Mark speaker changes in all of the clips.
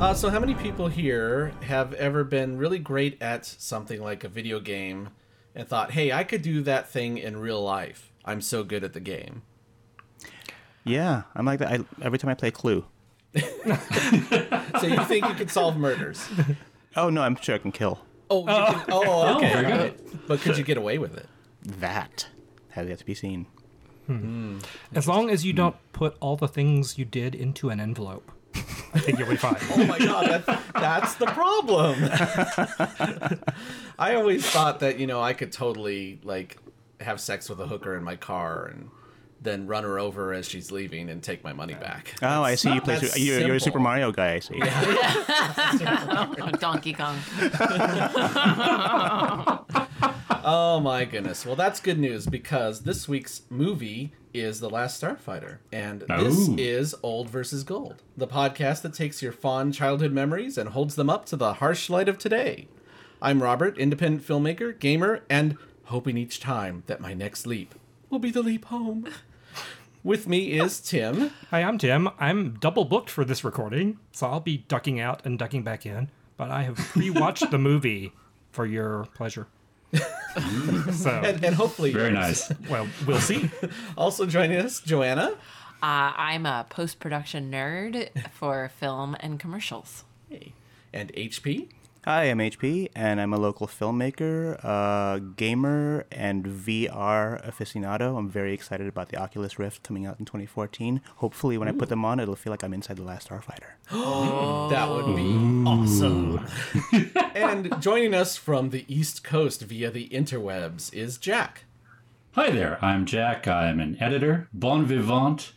Speaker 1: Uh, so how many people here have ever been really great at something like a video game and thought, "Hey, I could do that thing in real life. I'm so good at the game."
Speaker 2: Yeah, I'm like that. I, every time I play Clue.
Speaker 1: So you think you could solve murders?
Speaker 2: Oh no, I'm sure I can kill
Speaker 1: Oh, you can, oh, okay.
Speaker 3: very
Speaker 1: got it. But could you get away with it?
Speaker 2: that. Has yet to be seen.
Speaker 3: As long as you don't put all the things you did into an envelope, I think you'll be fine.
Speaker 1: Oh my god, that, that's the problem. I always thought that you know I could totally like have sex with a hooker in my car and then run her over as she's leaving and take my money back.
Speaker 2: Oh, I see. You play.
Speaker 1: That's
Speaker 2: Su- you're, you're a Super
Speaker 1: simple.
Speaker 2: Mario guy. I see.
Speaker 4: Donkey Kong. Uh,
Speaker 1: Oh my goodness. Well, that's good news because this week's movie is The Last Starfighter. And this
Speaker 5: Ooh.
Speaker 1: is Old versus Gold, the podcast that takes your fond childhood memories and holds them up to the harsh light of today. I'm Robert, independent filmmaker, gamer, and hoping each time that my next leap will be the leap home. With me is Tim.
Speaker 3: Hi, I'm Tim. I'm double booked for this recording, so I'll be ducking out and ducking back in. But I have pre-watched the movie for your pleasure. so,
Speaker 1: And, and hopefully,
Speaker 5: Very nice.
Speaker 3: well, we'll see.
Speaker 1: also joining us, Joanna.
Speaker 4: Uh, I'm a post production nerd for film and commercials.
Speaker 1: And HP.
Speaker 2: Hi, I'm HP, and I'm a local filmmaker, uh, gamer, and VR aficionado. I'm very excited about the Oculus Rift coming out in 2014. Hopefully, when I put them on, it'll feel like I'm inside the Last Starfighter.
Speaker 1: That would be awesome. and joining us from the East Coast via the interwebs is Jack.
Speaker 5: Hi there. I'm Jack. I'm an editor, bon vivant,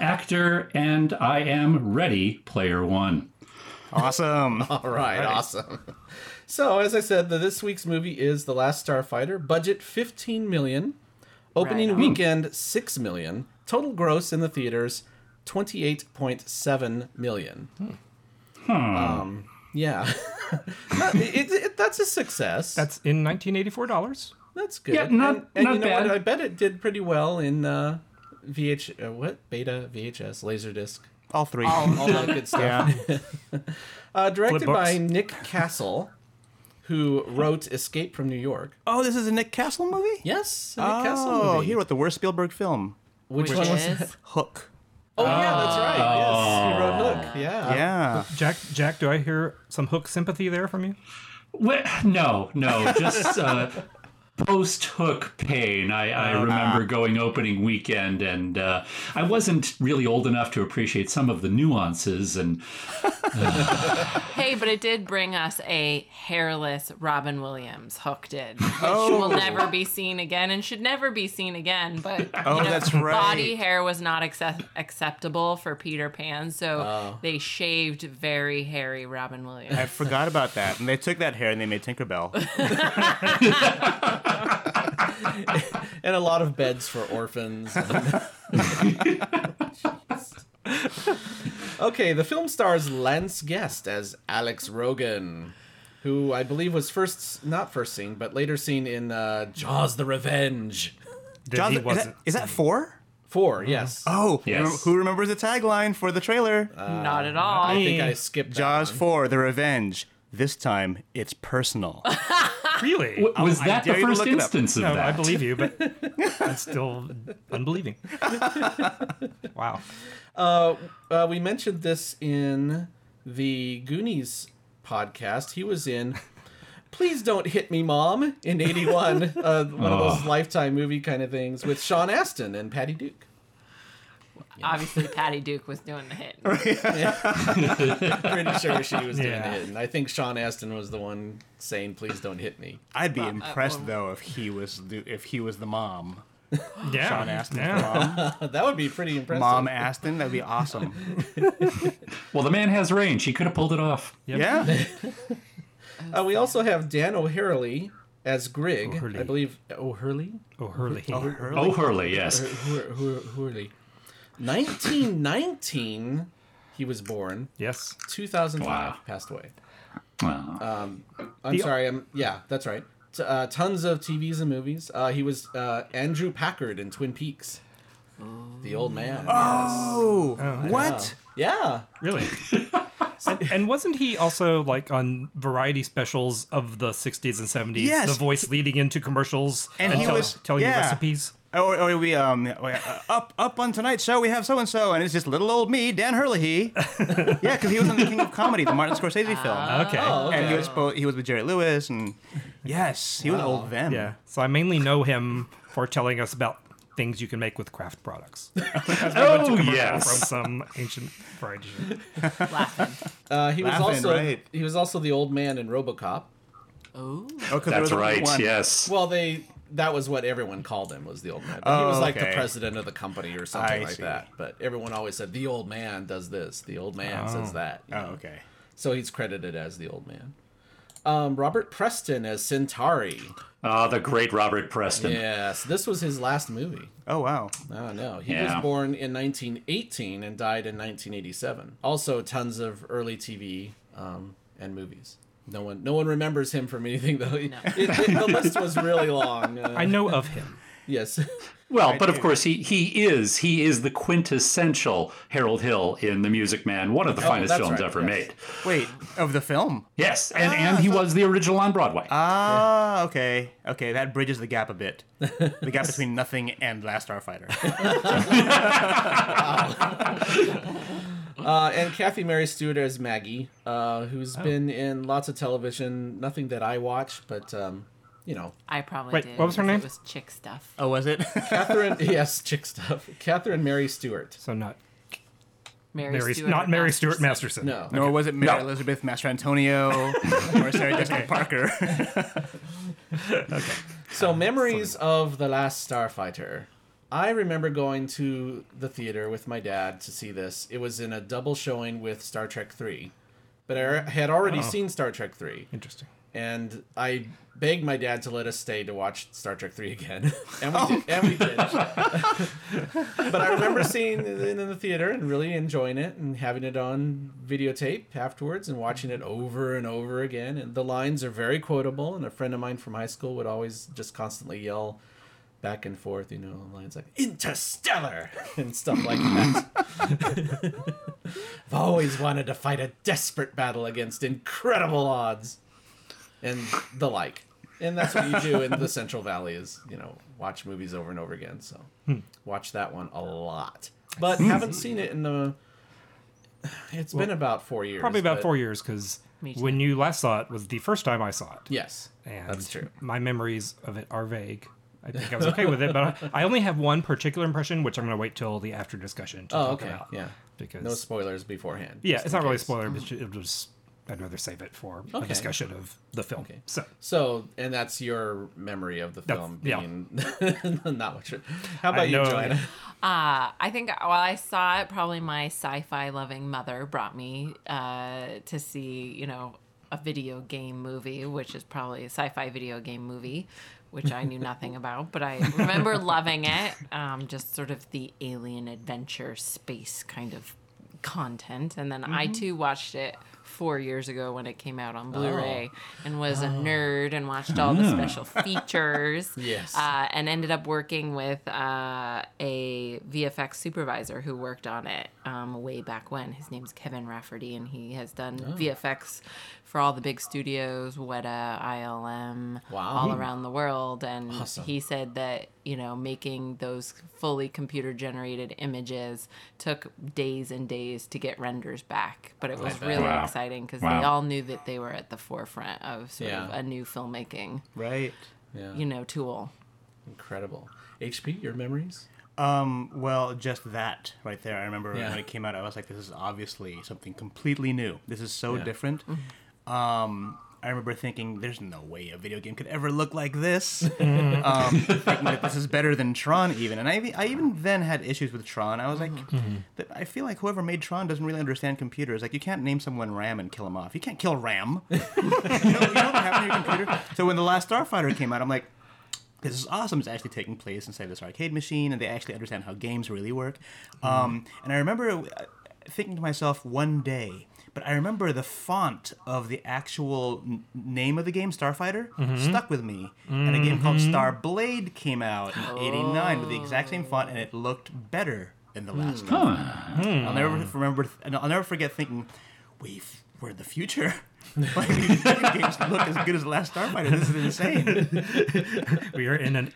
Speaker 5: actor, and I am ready, player one.
Speaker 2: Awesome.
Speaker 1: All right, awesome. So, as I said, the, this week's movie is The Last Starfighter, budget 15 million, opening
Speaker 4: Right on.
Speaker 1: weekend 6 million, total gross in the theaters 28.7 million. Um, yeah. Not- it- it- that's a success.
Speaker 3: That's in 1984 dollars.
Speaker 1: That's good.
Speaker 5: Yeah, not-
Speaker 1: and, and
Speaker 5: not
Speaker 1: you know
Speaker 5: bad.
Speaker 1: What? I bet it did pretty well in uh, VH. Uh, what beta VHS Laserdisc?
Speaker 2: All three.
Speaker 1: All that good stuff.
Speaker 2: Yeah.
Speaker 1: Uh, directed
Speaker 3: Flip books.
Speaker 1: by Nick Castle, who wrote Escape from New York.
Speaker 2: Oh, this is a Nick Castle movie.
Speaker 1: Yes, a Nick
Speaker 2: Oh,
Speaker 1: Castle movie.
Speaker 2: he wrote the worst Spielberg film,
Speaker 1: Which,
Speaker 4: Which
Speaker 1: one was?
Speaker 4: is?
Speaker 1: that?
Speaker 2: Hook.
Speaker 1: Oh yeah, that's right. Yes, he wrote Uh, Hook. Yeah.
Speaker 2: Yeah.
Speaker 3: Jack, Jack, do I hear some hook sympathy there from you?
Speaker 5: Well, no, no, just uh, post hook pain. I, I
Speaker 2: Ah.
Speaker 5: remember going opening weekend, and uh, I wasn't really old enough to appreciate some of the nuances. And
Speaker 4: Hey, but it did bring us a hairless Robin Williams. Hook did. Which will never be seen again and should never be seen again. But
Speaker 2: Oh, that's right.
Speaker 4: body hair was not accept- acceptable for Peter Pan, so they shaved very hairy Robin Williams.
Speaker 2: I forgot about that. And they took that hair and they made Tinkerbell.
Speaker 1: And a lot of beds for orphans. okay, the film stars Lance Guest as Alex Rogan, who I believe was first not first seen, but later seen in uh, Jaws: The Revenge.
Speaker 3: Did
Speaker 2: John,
Speaker 3: he
Speaker 2: is,
Speaker 3: wasn't.
Speaker 2: that, is that four?
Speaker 1: 4 yes.
Speaker 2: Oh,
Speaker 5: Yes.
Speaker 2: remem- who remembers the tagline for the trailer?
Speaker 4: not at all.
Speaker 1: I think I skipped that
Speaker 2: Jaws
Speaker 1: one.
Speaker 2: 4, The Revenge. This time, it's personal.
Speaker 3: Really?
Speaker 5: w- was
Speaker 2: Oh, I
Speaker 5: that the
Speaker 2: dare you to
Speaker 5: first
Speaker 2: look it up.
Speaker 5: instance of
Speaker 3: No,
Speaker 5: that?
Speaker 3: I believe you, but I'm still unbelieving. wow.
Speaker 1: Uh, we mentioned this in the Goonies podcast. He was in. Please don't hit me, mom. In '81, uh, one of
Speaker 2: Oh.
Speaker 1: those lifetime movie kind of things with Sean Astin and Patty Duke.
Speaker 4: Obviously, Patty Duke was doing the hit.
Speaker 1: Pretty sure she was doing
Speaker 3: Yeah.
Speaker 1: it, and I think Sean Astin was the one saying, "Please don't hit me."
Speaker 2: I'd be impressed though if he was the, if he was the mom.
Speaker 3: Yeah.
Speaker 2: Sean Astin,
Speaker 3: Yeah.
Speaker 2: mom,
Speaker 1: That would be pretty impressive.
Speaker 2: mom Aston, that'd be awesome.
Speaker 5: well, the man has range. He could have pulled it off.
Speaker 2: Yeah,
Speaker 1: Uh, we also have Dan O'Hurley as Grig. I
Speaker 3: O'Hurley.
Speaker 1: believe O'Hurley.
Speaker 3: Oh, Hurley.
Speaker 5: Oh, Hurley, yes.
Speaker 2: Uh,
Speaker 1: Hur- Hur- Hurley. 1919, he was born.
Speaker 3: Yes.
Speaker 1: 2005
Speaker 5: Wow.
Speaker 1: passed away.
Speaker 5: Wow.
Speaker 2: uh,
Speaker 1: I'm sorry. I'm yeah. That's right. T- uh, tons of TVs and movies. Uh, he was uh, Andrew Packard in Twin Peaks. The old man. Oh,
Speaker 3: Oh,
Speaker 2: what?
Speaker 1: yeah.
Speaker 3: Really? And, and wasn't he also like on variety specials of the 60s and 70s?
Speaker 2: Yes.
Speaker 3: The voice leading into commercials
Speaker 2: And he
Speaker 3: tell-
Speaker 2: was-
Speaker 3: telling you
Speaker 2: yeah.
Speaker 3: recipes.
Speaker 2: Or, or we um uh, up up on tonight's show we have so and so and it's just little old me Dan Herlihy. yeah, because he was on the King of Comedy, the Martin Scorsese film,
Speaker 3: Okay.
Speaker 2: and he was po- he was with Jerry Lewis and yes, he was an old Vem.
Speaker 3: Yeah. So I mainly know him for telling us about things you can make with craft products.
Speaker 5: Oh
Speaker 3: from
Speaker 5: yes.
Speaker 3: some ancient variety. show.
Speaker 4: laughing.
Speaker 1: Uh, he was
Speaker 2: Laughing,
Speaker 1: also
Speaker 2: right.
Speaker 1: he was also the old man in RoboCop.
Speaker 4: Oh,
Speaker 2: Oh, 'cause there was
Speaker 5: That's
Speaker 2: only
Speaker 5: right.
Speaker 2: one.
Speaker 5: Yes.
Speaker 1: Well, they that was what everyone called him was the old man. But he
Speaker 2: Oh,
Speaker 1: was like the
Speaker 2: okay.
Speaker 1: president of the company or something
Speaker 2: I
Speaker 1: like
Speaker 2: see.
Speaker 1: that. But everyone always said the old man does this, the old man says that. you
Speaker 2: Oh,
Speaker 1: know.
Speaker 2: okay.
Speaker 1: So he's credited as the old man. Um, Robert Preston as Centauri.
Speaker 5: Ah, the great Robert Preston.
Speaker 1: Yes, this was his last movie.
Speaker 2: Oh wow.
Speaker 1: Oh no, he
Speaker 5: Yeah.
Speaker 1: was born in 1918 and died in 1987. Also, tons of early TV um, and movies. No one, no one remembers him from anything though. It- it- the list was really long. Uh,
Speaker 3: I know of him.
Speaker 1: yes,
Speaker 5: Well, but of course he he is he is the quintessential Harold Hill in The Music Man, one of the finest
Speaker 1: Oh, that's
Speaker 5: films
Speaker 1: right,
Speaker 5: ever
Speaker 1: yes. Ah,
Speaker 5: made.
Speaker 2: Wait, of the film?
Speaker 5: Yes, and and he was the original on Broadway.
Speaker 2: Ah, okay, okay. That bridges the gap a bit. The gap between nothing and Last Starfighter.
Speaker 1: uh, and Kathy Mary Stewart as Maggie, uh, who's been in lots of television. Nothing that I watch, but um, you know,
Speaker 4: I probably
Speaker 3: Wait,
Speaker 4: did.
Speaker 3: what was her
Speaker 4: because
Speaker 3: name?
Speaker 4: It was chick stuff.
Speaker 2: Oh, was it?
Speaker 1: Catherine. yes, chick stuff. Catherine Mary Stewart.
Speaker 3: So not
Speaker 4: Mary,
Speaker 3: Mary,
Speaker 4: Stewart.
Speaker 3: not Mary
Speaker 4: Masterson.
Speaker 3: Stuart Masterson.
Speaker 1: No,
Speaker 2: Nor was it Mary
Speaker 5: No.
Speaker 2: Elizabeth Master Antonio or Sarah Jessica Parker.
Speaker 1: So memories of the last Starfighter. I remember going to the theater with my dad to see this. It was in a double showing with Star Trek 3. But I had already seen Star Trek 3
Speaker 3: Interesting.
Speaker 1: and I begged my dad to let us stay to watch Star Trek Three again, and we did, and we did. but I remember seeing it in the theater and really enjoying it and having it on videotape afterwards and watching it over and over again. And the lines are very quotable. And a friend of mine from high school would always just constantly yell back and forth, you know, lines like "Interstellar" and stuff like that. I've always wanted to fight a desperate battle against incredible odds and the like. And that's what you do in the Central Valley is, you know, watch movies over and over again. So
Speaker 3: Hmm.
Speaker 1: watch that one a lot. But haven't seen it in the It's been about four years.
Speaker 3: Probably about
Speaker 1: but-
Speaker 3: four years because
Speaker 4: Me too.
Speaker 3: when you last saw it was the first time I saw it.
Speaker 1: Yes.
Speaker 3: and
Speaker 1: that's true.
Speaker 3: My memories of it are vague. I think I was okay with it, but I, I only have one particular impression, which I'm going to wait till the after discussion to
Speaker 1: Oh,
Speaker 3: talk
Speaker 1: okay.
Speaker 3: about.
Speaker 1: Yeah.
Speaker 3: because
Speaker 1: No spoilers beforehand.
Speaker 3: yeah,
Speaker 1: just
Speaker 3: it's
Speaker 1: in
Speaker 3: not really a
Speaker 1: case. Mm-hmm.
Speaker 3: spoiler, but it was. I'd rather save it for a
Speaker 1: Okay.
Speaker 3: discussion of the film.
Speaker 1: Okay.
Speaker 3: So
Speaker 1: So, and that's your memory of the
Speaker 3: That's-
Speaker 1: film
Speaker 3: yeah.
Speaker 1: being not what you How about
Speaker 3: I
Speaker 1: you,
Speaker 3: know-
Speaker 1: Joanna?
Speaker 4: Uh, I think while I saw it, probably my sci-fi loving mother brought me uh, to see, you know, a video game movie, which is probably a sci-fi video game movie, which I knew nothing about, but I remember loving it. Um, just sort of the alien adventure space kind of content, and then I too watched it four years ago when it came out on Blu-ray, and was a nerd and watched all the special features.
Speaker 1: Yes.
Speaker 4: Uh, uh, and ended up working with uh, a VFX supervisor who worked on it um, way back when. His name's Kevin Rafferty, and he has done
Speaker 1: Oh.
Speaker 4: VFX for all the big studios, Weta, ILM,
Speaker 1: Wow.
Speaker 4: all around the world. And
Speaker 1: Awesome.
Speaker 4: he said that you know making those fully computer generated images took days and days to get renders back, but it was
Speaker 1: bet.
Speaker 4: really
Speaker 5: Wow.
Speaker 4: exciting because
Speaker 5: Wow.
Speaker 4: they all knew that they were at the forefront of sort of
Speaker 1: Yeah.
Speaker 4: a new filmmaking,
Speaker 2: Right.
Speaker 1: Yeah.
Speaker 4: you know, tool.
Speaker 1: Incredible. HP, your memories?
Speaker 2: Um, well, just that right there. I remember
Speaker 1: Yeah.
Speaker 2: when it came out, I was like, this is obviously something completely new. This is so
Speaker 1: Yeah.
Speaker 2: different. Um, I remember thinking, there's no way a video game could ever look like this. um, thinking that this is better than Tron, even. And I, ev- I even then had issues with Tron. I was like, "Th- I feel like whoever made Tron doesn't really understand computers. Like, you can't name someone Ram and kill him off. You can't kill Ram. you, don't, you don't have it on your computer. So when The Last Starfighter came out, I'm like, this is awesome. It's actually taking place inside this arcade machine, and they actually understand how games really work. Um, and I remember uh, thinking to myself one day, but I remember the font of the actual n- name of the game, Starfighter, stuck with me. And a game called Star Blade came out in '89 with the exact same font, and it looked better than the last one. I'll never remember. I'll never forget thinking. we've we're the future. Like, these games look as good as the Last Starfighter. This is insane.
Speaker 3: We are in an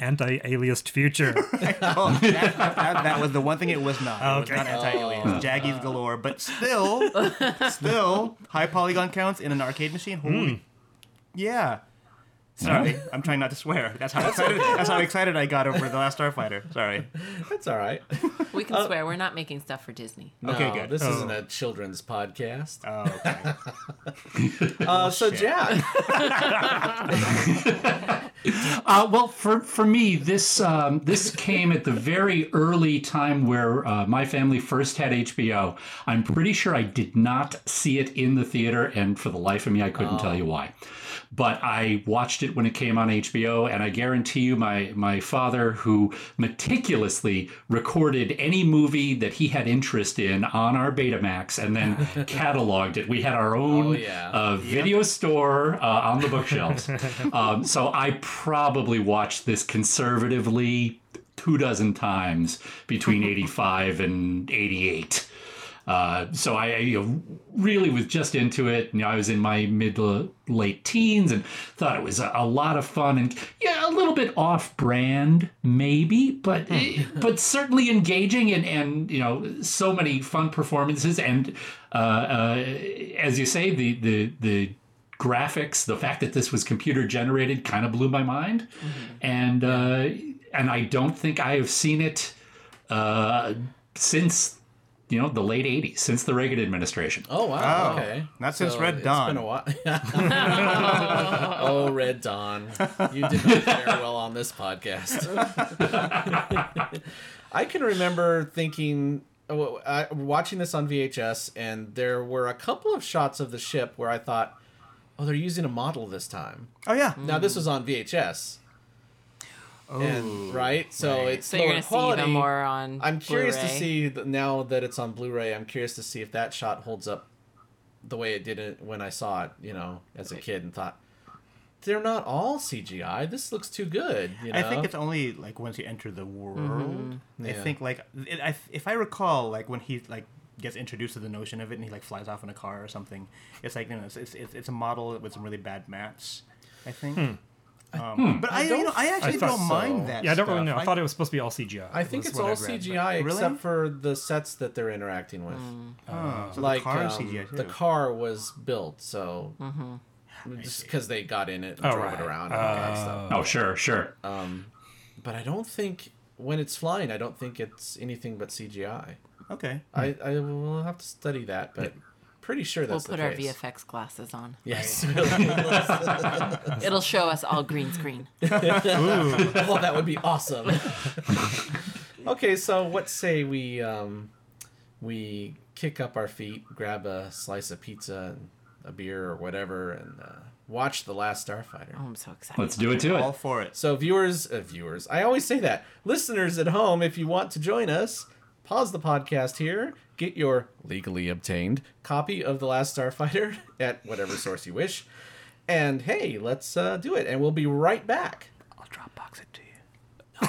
Speaker 3: anti-aliased future.
Speaker 2: Oh, that, that- that was the one thing it was not. It was
Speaker 3: Okay.
Speaker 2: not anti-alien. It was Jaggies galore, but still, still high polygon counts in an arcade machine. Holy, yeah. Sorry, I'm trying not to swear. That's how excited, that's how excited I got over the Last Starfighter. Sorry.
Speaker 1: That's all right.
Speaker 4: We can swear we're not making stuff for Disney.
Speaker 2: Okay,
Speaker 1: No,
Speaker 2: good.
Speaker 1: This
Speaker 3: Oh.
Speaker 1: isn't a children's podcast.
Speaker 2: Oh, okay.
Speaker 1: Uh, so Jack,
Speaker 5: Uh, well, for for me, this um, this came at the very early time where uh, my family first had HBO. I'm pretty sure I did not see it in the theater, and for the life of me, I couldn't
Speaker 1: Oh.
Speaker 5: tell you why. But I watched it when it came on HBO, and I guarantee you, my my father, who meticulously recorded any movie that he had interest in on our Betamax, and then cataloged it. We had our own
Speaker 1: Oh, yeah.
Speaker 5: uh, video store uh, on the bookshelves. um, so I probably watched this conservatively two dozen times between 85 and 88. Uh, so I, I, you know, really was just into it. You know, I was in my mid to late teens and thought it was a, a lot of fun and yeah, a little bit off brand maybe, but but certainly engaging and and you know so many fun performances and uh, uh, as you say the the the graphics, the fact that this was computer generated kind of blew my mind, and uh, and I don't think I have seen it uh, since you know the late '80s, since the Reagan administration.
Speaker 1: oh wow,
Speaker 2: Oh,
Speaker 1: okay,
Speaker 2: not since Red
Speaker 1: it's
Speaker 2: Dawn.
Speaker 1: been a while. oh, Red Dawn, you did not fare well on this podcast. I can remember thinking, oh, I- watching this on VHS, and there were a couple of shots of the ship where I thought, oh, they're using a model this time.
Speaker 2: Oh yeah.
Speaker 1: Now
Speaker 4: Hmm.
Speaker 1: this was on VHS. and, right, so it's
Speaker 4: So you're
Speaker 1: lower
Speaker 4: going to see
Speaker 1: quality.
Speaker 4: them more on.
Speaker 1: I'm curious to
Speaker 4: Blu-ray.
Speaker 1: see th- now that it's on Blu-ray. I'm curious to see if that shot holds up the way it did it when I saw it, you know, as a kid and thought they're not all CGI. This looks too good. You know?
Speaker 2: I think it's only like once you enter the world. I
Speaker 1: Mm-hmm. Yeah.
Speaker 2: think like it, I, if I recall, like when he like gets introduced to the notion of it and he like flies off in a car or something. It's like you know it's it's, it's, it's a model with some really bad maths. I think. Um, But I, you know I actually
Speaker 3: Hmm. thought
Speaker 2: don't
Speaker 1: so.
Speaker 2: mind that.
Speaker 3: yeah, I don't really
Speaker 2: stuff.
Speaker 3: know. I, thought it was supposed to be all CGI.
Speaker 1: I think
Speaker 2: that's
Speaker 1: it's
Speaker 2: what
Speaker 1: all
Speaker 2: I've read, but-
Speaker 1: CGI
Speaker 2: Really? Hmm.
Speaker 1: except for the sets that they're interacting with.
Speaker 2: oh, so
Speaker 1: like
Speaker 2: the car is
Speaker 1: um,
Speaker 2: CGI too.
Speaker 1: the car was built, so
Speaker 2: Mm-hmm.
Speaker 1: just because they got in it and
Speaker 3: Oh,
Speaker 1: drove it
Speaker 3: right.
Speaker 1: around. And all that stuff. Um,
Speaker 5: Oh, sure, sure.
Speaker 1: But I don't think when it's flying, I don't think it's anything but CGI.
Speaker 2: Okay.
Speaker 1: I, I will have to study that, but pretty sure
Speaker 4: We'll
Speaker 1: that's
Speaker 4: put
Speaker 1: the
Speaker 4: our
Speaker 1: case.
Speaker 4: VFX glasses on.
Speaker 1: Yes.
Speaker 4: It'll show us all green screen.
Speaker 1: oh, that would be awesome. okay, so what say we um, we kick up our feet, grab a slice of pizza and a beer or whatever, and uh, watch the Last Starfighter.
Speaker 4: Oh, I'm so excited.
Speaker 5: Let's do it to
Speaker 2: All
Speaker 5: it.
Speaker 2: for it.
Speaker 1: So viewers, uh, viewers, I always say that. Listeners at home, if you want to join us, pause the podcast here, get your legally obtained copy of The Last Starfighter at whatever source you wish, and hey, let's uh, do it. And we'll be right back.
Speaker 2: I'll Dropbox it to you.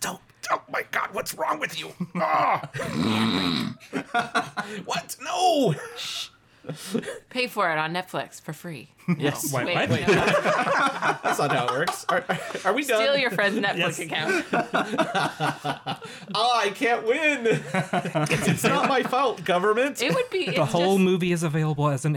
Speaker 1: Don't. Oh my God! What's wrong with you? Ah. what? No.
Speaker 4: Pay for it on Netflix for free.
Speaker 1: Yes.
Speaker 3: Wait,
Speaker 4: Wait,
Speaker 3: what?
Speaker 4: no.
Speaker 1: That's not how it works. Are, are, are we done?
Speaker 4: steal your friend's Netflix
Speaker 3: Yes.
Speaker 4: account.
Speaker 1: oh, I can't win. it's not my fault, government.
Speaker 4: It would be
Speaker 3: The whole movie is available as an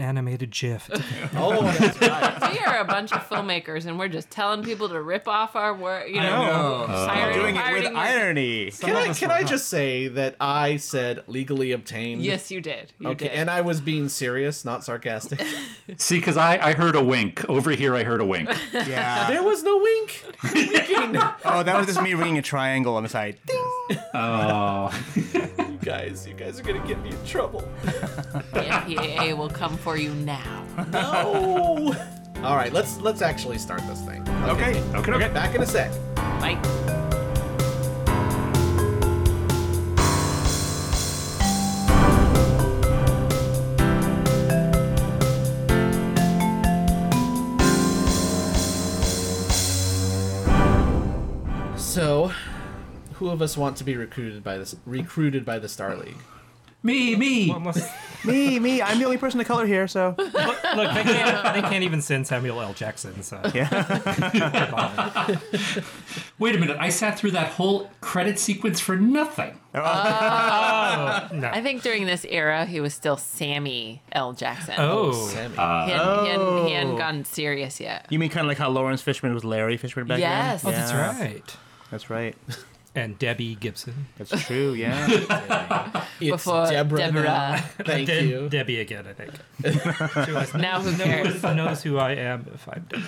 Speaker 3: animated GIF.
Speaker 1: Oh, that's right.
Speaker 4: we are a bunch of filmmakers, and we're just telling people to rip off our work. You know,
Speaker 2: know.
Speaker 3: Oh.
Speaker 4: Pirate-
Speaker 2: Doing it with
Speaker 4: pirating your-
Speaker 2: irony.
Speaker 1: Can
Speaker 3: Some
Speaker 1: I,
Speaker 3: of us
Speaker 1: can
Speaker 3: were
Speaker 1: I
Speaker 3: not.
Speaker 1: just say that I said legally obtained?
Speaker 4: Yes, you did. You
Speaker 1: Okay,
Speaker 4: did.
Speaker 1: and I was being serious, not sarcastic.
Speaker 5: See, because I, I heard a wink over here. I heard a wink.
Speaker 2: Yeah.
Speaker 1: there was no wink. Winking.
Speaker 2: Oh, that was just me ringing a triangle on the side. Ding.
Speaker 5: Oh,
Speaker 1: you guys, you guys are gonna get me in trouble.
Speaker 4: the MPAA will come for you now.
Speaker 1: No. All right, let's let's actually start this thing.
Speaker 2: Okay.
Speaker 5: okay, okay.
Speaker 1: Back in a sec.
Speaker 4: Like.
Speaker 1: So, who of us want to be recruited by this recruited by the Star League?
Speaker 5: Me, me.
Speaker 3: Well, unless,
Speaker 2: me, me. I'm the only person of color here, so
Speaker 3: look, look, they can't, they can't even send Samuel L. Jackson. So
Speaker 5: Wait a minute. I sat through that whole credit sequence for nothing.
Speaker 2: Oh.
Speaker 3: Oh, no.
Speaker 1: Oh.
Speaker 4: I think during this era, he was still Sammy L. Jackson.
Speaker 3: Oh,
Speaker 1: Sammy.
Speaker 4: He, hadn't, he, hadn't, he
Speaker 1: Oh.
Speaker 4: hadn't gotten serious yet.
Speaker 2: you mean kind of like how Lawrence Fishman was Larry Fishman back
Speaker 4: Yes.
Speaker 2: then?
Speaker 4: Oh, that's
Speaker 3: that's right.
Speaker 2: That's right.
Speaker 3: Uh, And Debbie Gibson.
Speaker 2: That's true. Yeah.
Speaker 1: It's
Speaker 4: Before
Speaker 1: Deborah.
Speaker 4: Deborah.
Speaker 1: now. Thank
Speaker 3: De-
Speaker 1: you.
Speaker 3: Debbie again, I think.
Speaker 4: Now who cares?
Speaker 3: knows who I am if I'm Debbie.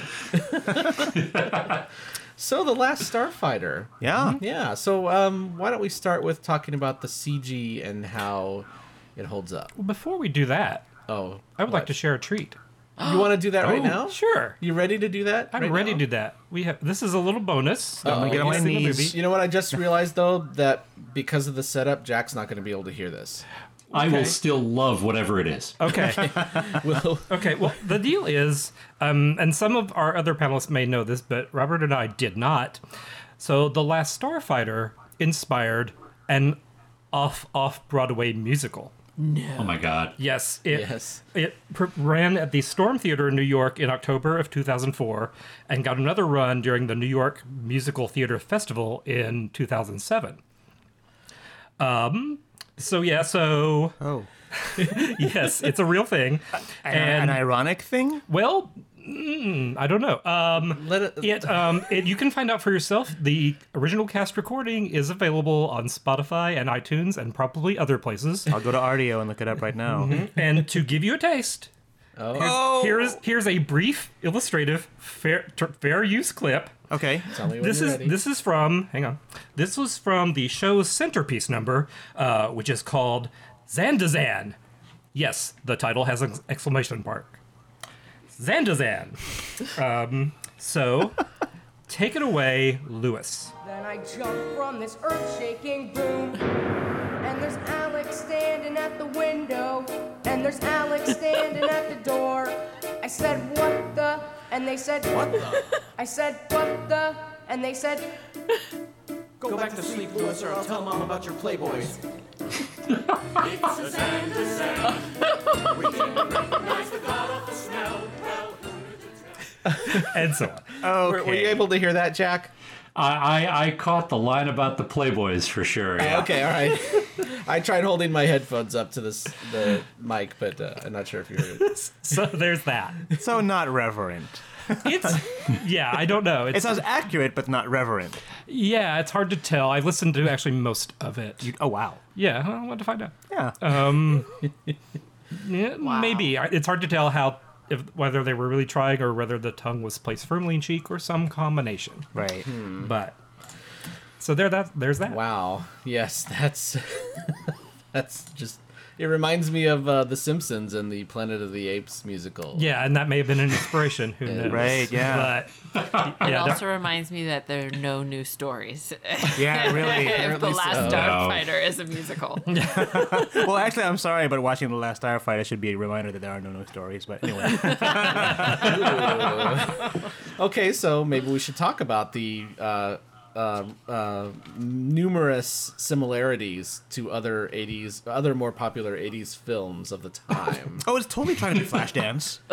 Speaker 1: So the last Starfighter.
Speaker 2: yeah.
Speaker 1: Yeah. So um, why don't we start with talking about the CG and how it holds up?
Speaker 3: Well, Before we do that,
Speaker 1: Oh,
Speaker 3: I would like to share a treat. Oh,
Speaker 1: You want to do that right now?
Speaker 3: Sure.
Speaker 1: You Oh, ready to do that?
Speaker 3: I'm
Speaker 1: right
Speaker 3: ready
Speaker 1: now?
Speaker 3: to do that. We have this is a little bonus. that
Speaker 1: Uh-oh.
Speaker 3: we
Speaker 1: Get on
Speaker 2: my
Speaker 3: get in the
Speaker 2: knees.
Speaker 3: movie.
Speaker 1: You know what? I just realized though that because of the setup, Jack's not going to be able to hear this.
Speaker 5: I will still love whatever it is.
Speaker 3: Okay.
Speaker 1: Well,
Speaker 3: Okay, well, the deal is, um, and some of our other panelists may know this, but Robert and I did not. So, The Last Starfighter inspired an off off Broadway musical.
Speaker 5: Oh my God.
Speaker 3: Yes, it,
Speaker 1: Yes.
Speaker 3: it pr- ran at the Storm Theater in New York in October of 2004 and got another run during the New York Musical Theater Festival in 2007. Um, so, yeah, so
Speaker 2: Oh.
Speaker 3: yes, it's a real thing.
Speaker 2: An ironic thing.
Speaker 3: Well, mm, I don't know. Um,
Speaker 1: let it.
Speaker 3: it, um, it you can find out for yourself. The original cast recording is available on Spotify and iTunes and probably other places.
Speaker 2: I'll go to RDO and look it up right now.
Speaker 3: and to give you a taste,
Speaker 2: Oh.
Speaker 3: here is here's a brief illustrative fair ter- fair use clip.
Speaker 2: Okay.
Speaker 1: Tell me when
Speaker 3: This
Speaker 1: you're
Speaker 3: is
Speaker 1: ready.
Speaker 3: this is from hang on. This was from the show's centerpiece number, uh, which is called Zandazan. Yes, the title has an exclamation mark. Zandazan. Um, so, take it away, Lewis.
Speaker 6: Then I jump from this earth shaking boom. And there's Alex standing at the window. And there's Alex standing at the door. I said, What the? And they said, What the? I said, What the? And they said,
Speaker 7: Go, back, to sleep, Louis, or I'll tell Mom about your Playboys.
Speaker 3: And so on.
Speaker 2: Okay.
Speaker 1: Were, were you able to hear that, Jack?
Speaker 5: I, I, I caught the line about the Playboys for sure. Yeah.
Speaker 1: Okay, all right. I tried holding my headphones up to this the mic, but uh, I'm not sure if you heard it.
Speaker 3: So there's that.
Speaker 2: so not reverent.
Speaker 3: It's yeah, I don't know.
Speaker 2: It
Speaker 3: It's
Speaker 2: sounds accurate, but not reverent.
Speaker 3: yeah, it's hard to tell. I listened to actually most of it.
Speaker 2: Oh wow.
Speaker 3: Yeah, I want to find out.
Speaker 2: Yeah.
Speaker 3: Yeah, maybe I- it's hard to tell how if whether they were really trying or whether the tongue was placed firmly in cheek or some combination.
Speaker 2: right.
Speaker 3: But so there that there's that.
Speaker 1: Wow. Yes, that's that's just. It reminds me of uh, The Simpsons and the Planet of the Apes musical.
Speaker 3: Yeah, and that may have been an inspiration. Who knows?
Speaker 2: Right, yeah.
Speaker 3: But
Speaker 4: It
Speaker 3: yeah,
Speaker 4: also
Speaker 3: there-
Speaker 4: reminds me that there are no new stories.
Speaker 2: Yeah. Really.
Speaker 4: if The Last
Speaker 5: so.
Speaker 4: Starfighter is a musical.
Speaker 2: well, actually, I'm sorry, but watching the last Starfighter should be a reminder that there are no no stories. But anyway.
Speaker 1: Okay, so maybe we should talk about the uh, uh, uh, numerous similarities to other '80s, other more popular '80s films of the time.
Speaker 2: oh, it's totally trying to be Flashdance.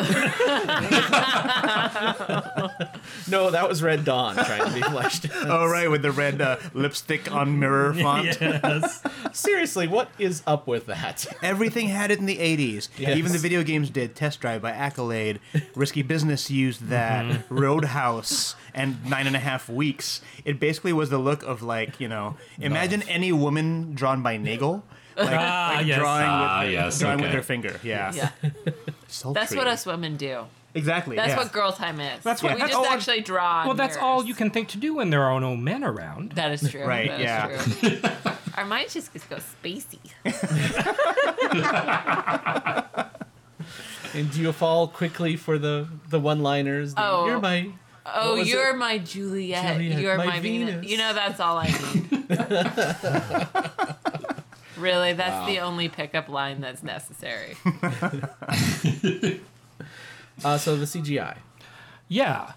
Speaker 1: no, that was Red Dawn trying to be fleshed.
Speaker 2: oh right, with the red uh, lipstick on mirror font.
Speaker 3: yes.
Speaker 1: Seriously, what is up with that?
Speaker 2: Everything had it in the 80s. Even the video games did. Test Drive by Accolade. Risky Business used that. Roadhouse and Nine and a Half Weeks. It basically was the look of, like, you know, imagine any woman drawn by Nagel. Like,
Speaker 3: Ah,
Speaker 2: like
Speaker 3: yes.
Speaker 2: drawing,
Speaker 5: Ah,
Speaker 2: with, her,
Speaker 5: yes,
Speaker 2: drawing with
Speaker 5: okay.
Speaker 2: her finger. Yeah.
Speaker 4: Yeah.
Speaker 2: Sultry.
Speaker 4: That's what us women do.
Speaker 2: Exactly.
Speaker 4: That's
Speaker 2: yeah.
Speaker 4: what girl time is.
Speaker 3: That's what-
Speaker 4: we
Speaker 3: that's
Speaker 4: just
Speaker 3: all-
Speaker 4: actually draw. on
Speaker 3: Well, that's all
Speaker 4: mirrors.
Speaker 3: you can think to do when there are no men around.
Speaker 4: That is true.
Speaker 2: Right,
Speaker 4: That is
Speaker 2: yeah.
Speaker 4: true. Our minds just go spacey.
Speaker 1: And do you fall quickly for the the one-liners? The,
Speaker 4: Oh.
Speaker 1: you're my.
Speaker 4: Oh,
Speaker 1: What was
Speaker 4: you're
Speaker 1: it?
Speaker 4: my Juliet.
Speaker 1: Juliet,
Speaker 4: You're
Speaker 1: my
Speaker 4: my, Venus.
Speaker 1: Venus.
Speaker 4: You know, that's all I need. really, that's the only pickup line that's necessary.
Speaker 1: Uh, so the CGI.
Speaker 3: Yeah.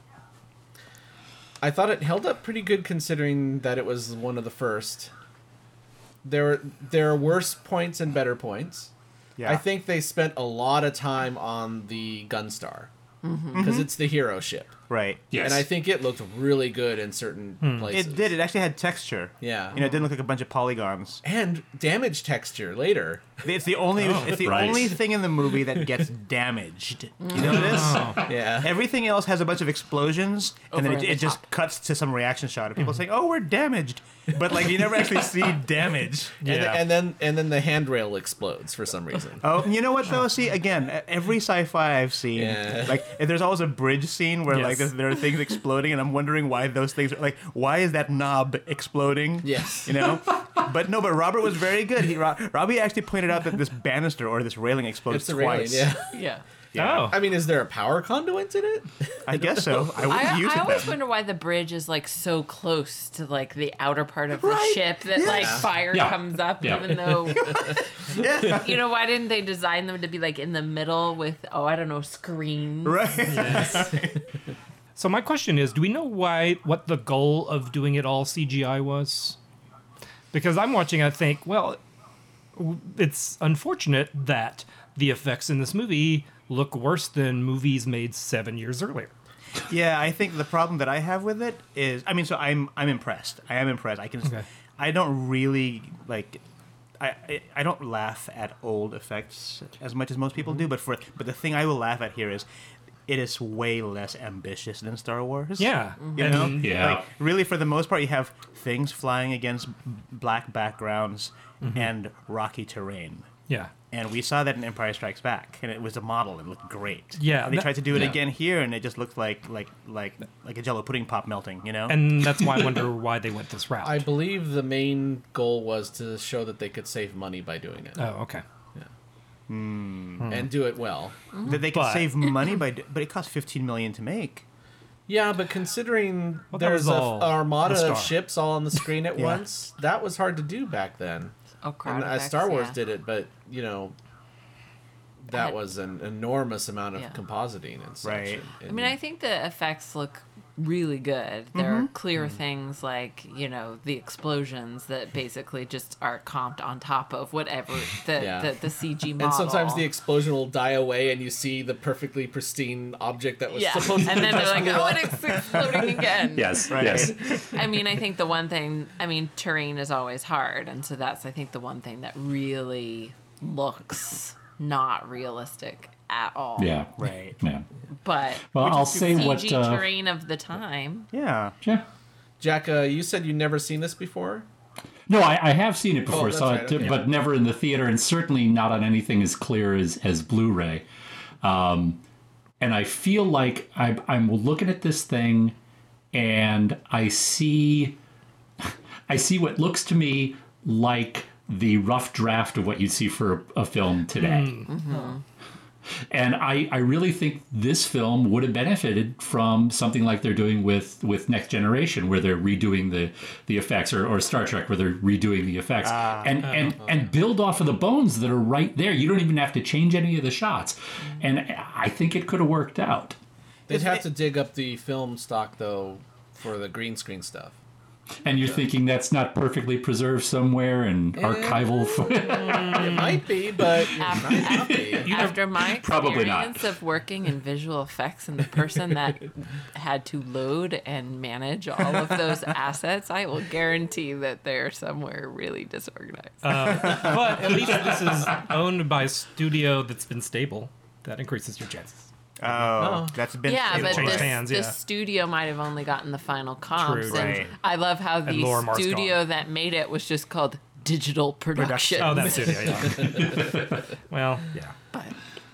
Speaker 1: I thought it held up pretty good considering that it was one of the first. there there are worse points and better points.
Speaker 2: Yeah.
Speaker 1: I think they spent a lot of time on the Gunstar because
Speaker 2: Mm-hmm.
Speaker 1: it's the hero ship,
Speaker 2: Right.
Speaker 5: Yes.
Speaker 1: and I think it looked really good in certain places.
Speaker 2: It did. It actually had texture.
Speaker 1: Yeah.
Speaker 2: You know, it didn't look like a bunch of polygons.
Speaker 1: and damage texture later.
Speaker 2: It's the only
Speaker 1: Oh,
Speaker 2: it's the
Speaker 5: Right.
Speaker 2: only thing in the movie that gets damaged. You notice?
Speaker 1: Oh. Yeah,
Speaker 2: Everything else has a bunch of explosions, and
Speaker 4: Over
Speaker 2: then it,
Speaker 4: the
Speaker 2: it just cuts to some reaction shot of people
Speaker 1: Mm-hmm.
Speaker 2: saying, "Oh, we're damaged," but like you never actually see damage.
Speaker 1: And,
Speaker 3: Yeah.
Speaker 1: and then and then the handrail explodes for some reason.
Speaker 2: Oh, you know what though? See, again, e- every sci-fi I've seen,
Speaker 1: Yeah.
Speaker 2: like if there's always a bridge scene where like
Speaker 3: Yes.
Speaker 2: there's- there are things exploding, and I'm wondering why those things are like why is that knob exploding?
Speaker 1: Yes.
Speaker 2: you know. but no, but Robert was very good. He, Ro- Robbie actually pointed out that this banister or this railing explodes
Speaker 1: It's a
Speaker 2: twice.
Speaker 1: railing. Yeah,
Speaker 4: Yeah.
Speaker 3: Yeah.
Speaker 1: I mean, is there a power conduit in it?
Speaker 2: I guess so. I wouldn't
Speaker 4: I,
Speaker 2: use
Speaker 4: I
Speaker 2: it.
Speaker 4: always
Speaker 2: then.
Speaker 4: wonder why the bridge is like so close to like the outer part of the ship that like fire
Speaker 5: Yeah.
Speaker 4: comes up,
Speaker 5: Yeah.
Speaker 4: even though you know why didn't they design them to be like in the middle with oh I don't know screens?
Speaker 2: Right.
Speaker 3: So my question is, do we know why what the goal of doing it all CGI was? Because I'm watching, I think, well, w- it's unfortunate that the effects in this movie look worse than movies made seven years earlier.
Speaker 2: Yeah, I think the problem that I have with it is, I mean, so I'm I'm impressed. I am impressed. I can,
Speaker 3: Okay.
Speaker 2: I don't really like. I, I- I don't laugh at old effects as much as most people
Speaker 3: Mm-hmm.
Speaker 2: do, but for but the thing I will laugh at here is, it is way less ambitious than Star Wars.
Speaker 3: Yeah, Mm-hmm.
Speaker 2: you know,
Speaker 3: And-
Speaker 5: Yeah.
Speaker 2: like really for the most part, you have things flying against b- black backgrounds
Speaker 3: Mm-hmm.
Speaker 2: and rocky terrain.
Speaker 3: yeah.
Speaker 2: And we saw that in Empire Strikes Back, and it was a model. It looked great.
Speaker 3: Yeah,
Speaker 2: and they
Speaker 3: that-
Speaker 2: tried to do it
Speaker 5: Yeah.
Speaker 2: again here, and it just looked like like like like a Jello pudding pop melting. You know.
Speaker 3: And that's why I wonder why they went this route.
Speaker 1: I believe the main goal was to show that they could save money by doing it
Speaker 3: oh, okay.
Speaker 1: and do it well.
Speaker 2: that they could
Speaker 3: But-
Speaker 2: save money by, d- but it cost fifteen million to make.
Speaker 1: Yeah, but considering
Speaker 3: Well, that
Speaker 1: there's
Speaker 3: was
Speaker 1: a
Speaker 3: all
Speaker 1: armada
Speaker 3: the
Speaker 1: of
Speaker 3: Star.
Speaker 1: ships all on the screen at
Speaker 2: Yeah.
Speaker 1: once, that was hard to do back then.
Speaker 4: Oh, crowd
Speaker 1: and uh,
Speaker 4: effects,
Speaker 1: Star Wars
Speaker 4: yeah.
Speaker 1: did it, but you know, that
Speaker 4: Had-
Speaker 1: was an enormous amount of
Speaker 4: Yeah.
Speaker 1: compositing and such.
Speaker 2: Right.
Speaker 1: And-
Speaker 4: I mean, I think the effects look really good. There
Speaker 1: Mm-hmm.
Speaker 4: are
Speaker 1: Mm.
Speaker 4: clear things like, you know, the explosions that basically just are comped on top of whatever the,
Speaker 1: Yeah.
Speaker 4: the, the CG model.
Speaker 1: and sometimes the explosion will die away, and you see the perfectly pristine object that was
Speaker 4: yeah,
Speaker 1: supposed
Speaker 4: and
Speaker 1: to
Speaker 4: then they're
Speaker 1: just
Speaker 4: like,
Speaker 1: move
Speaker 4: "Oh,
Speaker 1: on.
Speaker 4: it's exploding again."
Speaker 5: Yes.
Speaker 2: Right.
Speaker 5: Yes.
Speaker 4: I mean, I think the one thing, I mean, terrain is always hard, and so that's I think the one thing that really looks not realistic at all.
Speaker 5: Yeah.
Speaker 2: Right.
Speaker 5: Yeah.
Speaker 4: but
Speaker 5: Well, I'll say
Speaker 4: CG
Speaker 5: what. Uh,
Speaker 4: terrain of the time.
Speaker 2: Yeah.
Speaker 5: yeah.
Speaker 1: Jack, uh, you said you never seen this before.
Speaker 5: No, I, I have seen it before,
Speaker 1: Oh, that's
Speaker 5: saw
Speaker 1: right,
Speaker 5: it,
Speaker 1: okay.
Speaker 5: but never in the theater, and certainly not on anything as clear as as Blu-ray. Um, and I feel like I'm, I'm looking at this thing, and I see, I see what looks to me like the rough draft of what you'd see for a, a film today. And I, I really think this film would have benefited from something like they're doing with, with Next Generation, where they're redoing the, the effects, or, or Star Trek, where they're redoing the effects, and, and, and build off of the bones that are right there. You don't even have to change any of the shots. And I think it could have worked out.
Speaker 1: They'd have
Speaker 2: it-
Speaker 1: to dig up the film stock though for the green screen stuff.
Speaker 5: And you're thinking that's not perfectly preserved somewhere and archival. For,
Speaker 1: It might be, but
Speaker 4: After-
Speaker 1: it might not be.
Speaker 4: After my
Speaker 5: Probably not.
Speaker 4: experience of working in visual effects and the person that had to load and manage all of those assets, I will guarantee that they're somewhere really disorganized.
Speaker 3: But at least this is owned by a studio that's been stable. That increases your chances.
Speaker 2: Oh, that's been
Speaker 4: yeah,
Speaker 2: stable,
Speaker 4: but
Speaker 3: change
Speaker 4: this,
Speaker 2: right.
Speaker 3: hands,
Speaker 4: the
Speaker 3: yeah.
Speaker 4: studio might have only gotten the final comps.
Speaker 3: True,
Speaker 4: and
Speaker 2: right.
Speaker 4: I love how
Speaker 3: Laura
Speaker 4: the
Speaker 3: Marr's
Speaker 4: studio that made it was just called Digital Production.
Speaker 3: Oh, that studio. Yeah. well, yeah.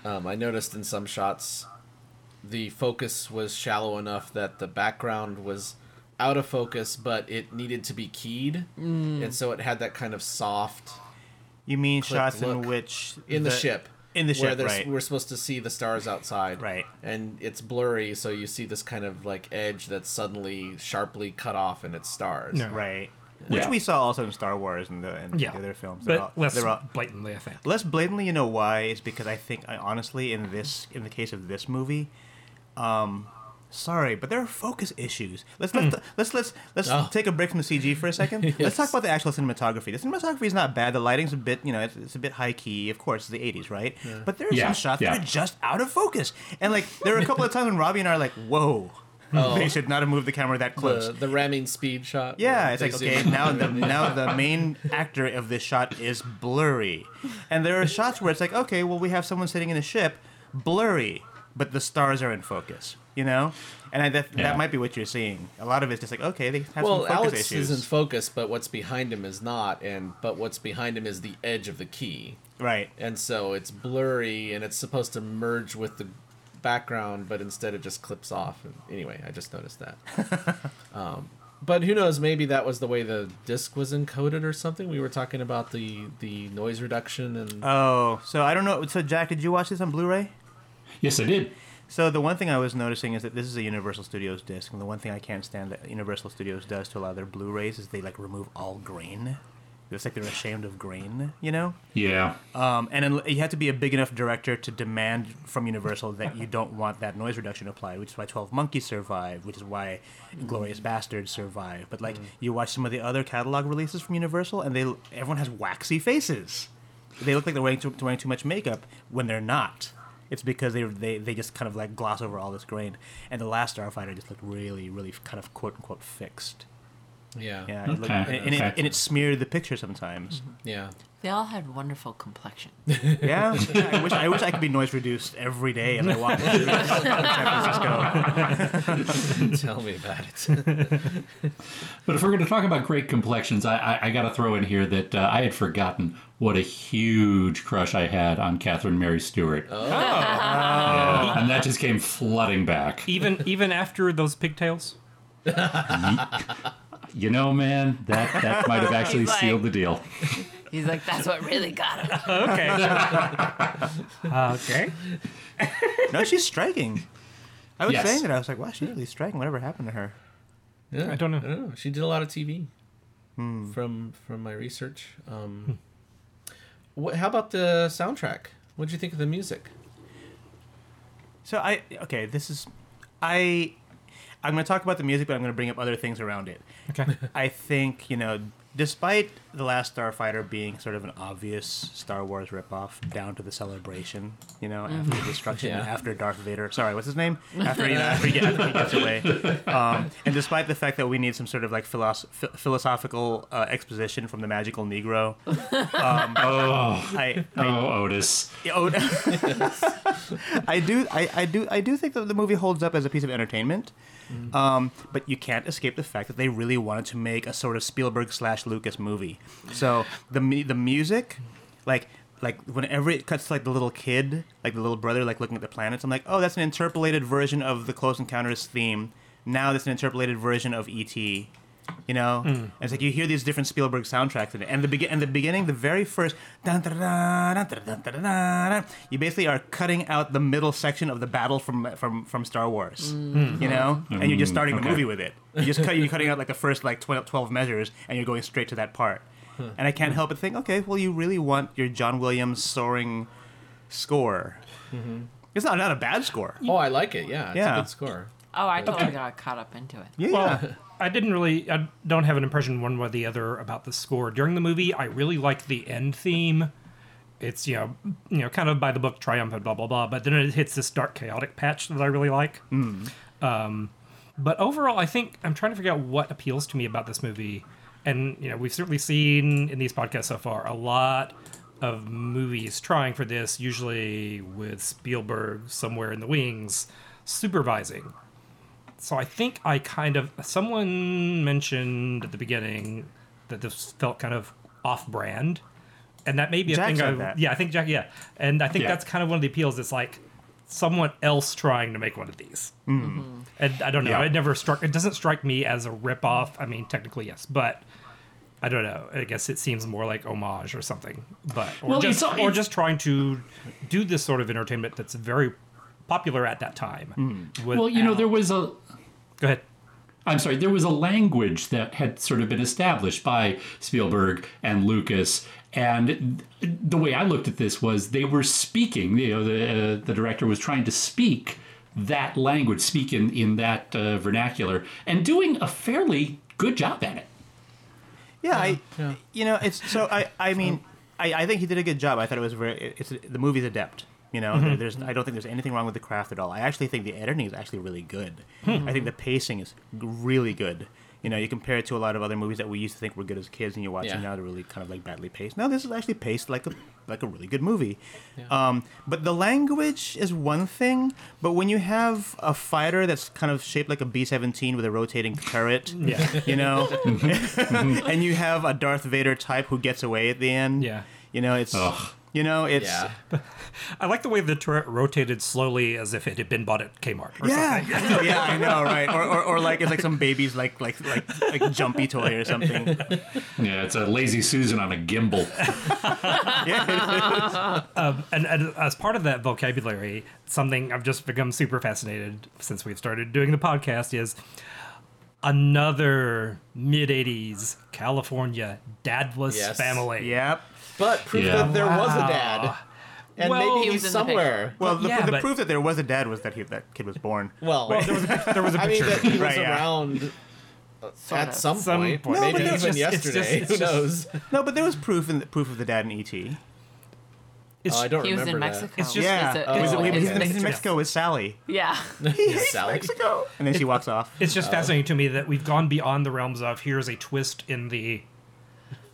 Speaker 1: Um, I noticed in some shots the focus was shallow enough that the background was out of focus, but it needed to be keyed,
Speaker 2: Mm.
Speaker 1: and so it had that kind of soft
Speaker 2: You mean
Speaker 1: Click
Speaker 2: shots in
Speaker 1: look.
Speaker 2: which
Speaker 1: in the, ship.
Speaker 2: in the
Speaker 1: where
Speaker 2: ship,
Speaker 1: there's-
Speaker 2: right?
Speaker 1: we're supposed to see the stars outside,
Speaker 2: Right.
Speaker 1: And it's blurry, so you see this kind of like edge that's suddenly sharply cut off, and it's stars.
Speaker 3: No.
Speaker 2: right? Which
Speaker 5: Yeah.
Speaker 2: we saw also in Star Wars and the, and
Speaker 3: Yeah.
Speaker 2: the other films. They're all-
Speaker 3: But less
Speaker 2: they're all-
Speaker 3: blatantly, I think.
Speaker 2: Less blatantly, you know why? Is because I think I honestly, in this, in the case of this movie, um, Sorry, but there are focus issues. Let's
Speaker 5: Hmm.
Speaker 2: let's let's let's, let's
Speaker 1: Oh.
Speaker 2: take a break from the CG for a second. Let's talk
Speaker 1: Yes.
Speaker 2: about the actual cinematography. The cinematography is not bad. The lighting's a bit, you know, it's, it's a bit high key. Of course, it's the '80s, right? But there are
Speaker 5: Yeah,
Speaker 2: some shots
Speaker 5: yeah.
Speaker 2: that are just out of focus, and like there were a couple of times when Robbie and I are like, "Whoa,
Speaker 5: Oh.
Speaker 2: they should not have moved the camera that close."
Speaker 1: The, the ramming speed shot.
Speaker 2: Yeah,
Speaker 1: where
Speaker 2: it's
Speaker 1: they
Speaker 2: like
Speaker 1: zoom
Speaker 2: okay,
Speaker 1: in.
Speaker 2: now the now the main actor of this shot is blurry, and there are shots where it's like okay, well we have someone sitting in a ship, blurry, but the stars are in focus, you know, and I, that
Speaker 5: Yeah.
Speaker 2: that might be what you're seeing. A lot of it's just like okay, they have
Speaker 1: Well,
Speaker 2: some focus
Speaker 1: Alex
Speaker 2: issues,
Speaker 1: is in focus, but what's behind him is not, and but what's behind him is the edge of the key,
Speaker 2: right?
Speaker 1: and so it's blurry, and it's supposed to merge with the background, but instead it just clips off. And Anyway, I just noticed that. um, but who knows? Maybe that was the way the disc was encoded or something. We were talking about the the noise reduction and
Speaker 2: Oh, so I don't know. So Jack, did you watch this on Blu-ray?
Speaker 5: Yes, I did.
Speaker 2: So the one thing I was noticing is that this is a Universal Studios disc, and the one thing I can't stand that Universal Studios does to a lot of their Blu-rays is they like remove all grain. It's like they're ashamed of grain, you know.
Speaker 5: Yeah.
Speaker 2: Um, and unl- you have to be a big enough director to demand from Universal that you don't want that noise reduction applied, which is why 12 Monkeys survived, which is why Glorious Bastards survived. But
Speaker 5: Mm.
Speaker 2: like you watch some of the other catalog releases from Universal, and they l- everyone has waxy faces. They look like they're wearing too, wearing too much makeup when they're not. It's because they, they they just kind of like gloss over all this grain. And the last Starfighter just looked really, really kind of quote unquote fixed.
Speaker 1: yeah,
Speaker 2: Yeah, it looked-
Speaker 5: Okay,
Speaker 2: and, and
Speaker 5: okay.
Speaker 2: It, and it smeared the picture sometimes.
Speaker 1: yeah.
Speaker 4: They all had wonderful complexions.
Speaker 2: Yeah, yeah, I wish I wish I could be noise reduced every day as I walk the streets of San Francisco.
Speaker 1: Tell me about it.
Speaker 5: But if we're going to talk about great complexions, I, I, I got to throw in here that uh, I had forgotten what a huge crush I had on Catherine Mary Stewart. Oh. and that just came flooding back.
Speaker 3: Even even after those pigtails.
Speaker 5: You know, man, that, that might have actually
Speaker 4: He's like-
Speaker 5: sealed the deal.
Speaker 4: He's like, that's what really got him.
Speaker 3: Okay. okay.
Speaker 2: No, she's striking. I was
Speaker 5: Yes.
Speaker 2: saying that I was like, wow, she's really striking. Whatever happened to her?
Speaker 1: Yeah.
Speaker 3: I don't know.
Speaker 1: Oh, she did a lot of TV. From from my research, um, what, how about the soundtrack? What would you think of the music?
Speaker 2: So I okay, this is I I'm going to talk about the music, but I'm going to bring up other things around it.
Speaker 3: Okay.
Speaker 2: I think you know, despite the Last Starfighter being sort of an obvious Star Wars ripoff, down to the celebration, you know, after the destruction,
Speaker 1: Yeah.
Speaker 2: after Darth Vader. Sorry, what's his name? After you know, after he, get- after he gets away. Um, and despite the fact that we need some sort of like philosoph- ph- philosophical uh, exposition from the magical Negro,
Speaker 5: Oh,
Speaker 2: I
Speaker 5: oh, Otis.
Speaker 2: yeah, Oh, I do, I, I do, I do think that the movie holds up as a piece of entertainment. Um, but you can't escape the fact that they really wanted to make a sort of Spielberg slash Lucas movie. So the mu- the music, like like whenever it cuts to like the little kid, like the little brother, like looking at the planets, I'm like, oh, that's an interpolated version of the Close Encounters theme. Now that's an interpolated version of E E.T. You know,
Speaker 5: Mm.
Speaker 2: And it's like you hear these different Spielberg soundtracks, in it. and the begin, and the beginning, the very first, dun, dun, dun, dun, dun, dun, dun, dun, you basically are cutting out the middle section of the battle from from from Star Wars. You know, and you're just
Speaker 5: Mm,
Speaker 2: starting the
Speaker 5: okay.
Speaker 2: movie with it. You just cut, you're cutting out like the first like 12, 12 measures, and you're going straight to that part. And I
Speaker 5: Hmm.
Speaker 2: can't help but think, okay, well, you really want your John Williams soaring score.
Speaker 5: Mm-hmm.
Speaker 2: It's not not a bad score.
Speaker 1: Oh, I like it. Yeah, it's
Speaker 2: Yeah.
Speaker 1: a good score.
Speaker 4: Oh, I totally got caught up into it.
Speaker 2: Yeah.
Speaker 3: Well, I didn't really. I don't have an impression one way or the other about the score during the movie. I really liked the end theme. It's you know you know kind of by the book triumphant blah blah blah. But then it hits this dark chaotic patch that I really like. Um, but overall, I think I'm trying to figure out what appeals to me about this movie. And you know we've certainly seen in these podcasts so far a lot of movies trying for this, usually with Spielberg somewhere in the wings supervising so I think I kind of someone mentioned at the beginning that this felt kind of off-brand, and that may be a
Speaker 2: Jack
Speaker 3: thing.
Speaker 2: said
Speaker 3: I,
Speaker 2: that.
Speaker 3: Yeah, I think Jack. Yeah, and I think
Speaker 5: Yeah.
Speaker 3: that's kind of one of the appeals. It's like someone else trying to make one of these,
Speaker 2: Mm-hmm.
Speaker 3: and I don't know.
Speaker 5: Yeah.
Speaker 3: It never struck. It doesn't strike me as a rip-off. I mean, technically yes, but. I don't know. I guess it seems more like homage or something, but or,
Speaker 5: Well,
Speaker 3: just,
Speaker 5: it's-
Speaker 3: or just trying to do this sort of entertainment that's very popular at that time.
Speaker 5: Hmm. Well, you know, there was a
Speaker 3: go ahead.
Speaker 5: I'm sorry, there was a language that had sort of been established by Spielberg and Lucas. And th- the way I looked at this was they were speaking, you know, the, uh, the director was trying to speak that language, speak in, in that uh, vernacular, and doing a fairly good job at it.
Speaker 2: Yeah, I, you know, it's so I, I mean, I, I think he did a good job. I thought it was very, it's the movie's adept. You know, There- there's I don't think there's anything wrong with the craft at all. I actually think the editing is actually really good. I think the pacing is g- really good. You know, you compare it to a lot of other movies that we used to think were good as kids, and you watch
Speaker 1: Yeah.
Speaker 2: them now they're really kind of like badly paced. No, this is actually paced like a like a really good movie. Um, but the language is one thing, but when you have a fighter that's kind of shaped like a B-17 with a rotating turret,
Speaker 3: Yeah.
Speaker 2: you know, and you have a Darth Vader type who gets away at the end.
Speaker 3: Yeah.
Speaker 2: you know it's
Speaker 5: Ugh.
Speaker 2: you know it's
Speaker 1: Yeah.
Speaker 3: I like the way the turret rotated slowly as if it had been bought at Kmart. Or
Speaker 2: yeah,
Speaker 3: something.
Speaker 2: I know, yeah, I know, right? Or, or, or like it's like some baby's like like like like jumpy toy or something.
Speaker 5: Yeah, it's a lazy Susan on a gimbal.
Speaker 3: And, and as part of that vocabulary, something I've just become super fascinated since we've started doing the podcast is another mid 80s California dadless
Speaker 1: Yes.
Speaker 3: family.
Speaker 2: Yep.
Speaker 1: But proof
Speaker 5: Yeah.
Speaker 1: that there was a dad. And
Speaker 3: Well,
Speaker 1: maybe
Speaker 3: he
Speaker 1: he's
Speaker 4: was in the
Speaker 1: somewhere.
Speaker 2: Well, the,
Speaker 3: yeah,
Speaker 2: the
Speaker 3: but-
Speaker 2: proof that there was a dad was that he that kid was born.
Speaker 1: Well,
Speaker 3: There was a
Speaker 1: I mean,
Speaker 3: picture.
Speaker 1: that he was
Speaker 2: Right, yeah.
Speaker 1: around
Speaker 4: Sort
Speaker 1: at
Speaker 4: of.
Speaker 1: some,
Speaker 3: Some
Speaker 1: point.
Speaker 3: point.
Speaker 2: No,
Speaker 1: Maybe
Speaker 2: but
Speaker 1: even
Speaker 2: it's
Speaker 3: just- it's just-
Speaker 1: yesterday.
Speaker 3: it's
Speaker 1: Who
Speaker 3: just-
Speaker 1: knows?
Speaker 2: No, but there was proof in the proof of the dad in E ET.
Speaker 3: It's-
Speaker 1: Oh, I don't
Speaker 4: He was
Speaker 1: remember
Speaker 4: in
Speaker 1: that.
Speaker 4: Mexico.
Speaker 3: It's just-
Speaker 2: Yeah,
Speaker 4: It's a-
Speaker 2: He was-
Speaker 1: oh,
Speaker 2: he was in-
Speaker 1: okay.
Speaker 2: he's in Mexico with Sally.
Speaker 4: Yeah.
Speaker 2: He hates
Speaker 1: Sally.
Speaker 2: Mexico, and then she walks off.
Speaker 3: It's just fascinating to me that we've gone beyond the realms of here's a twist in the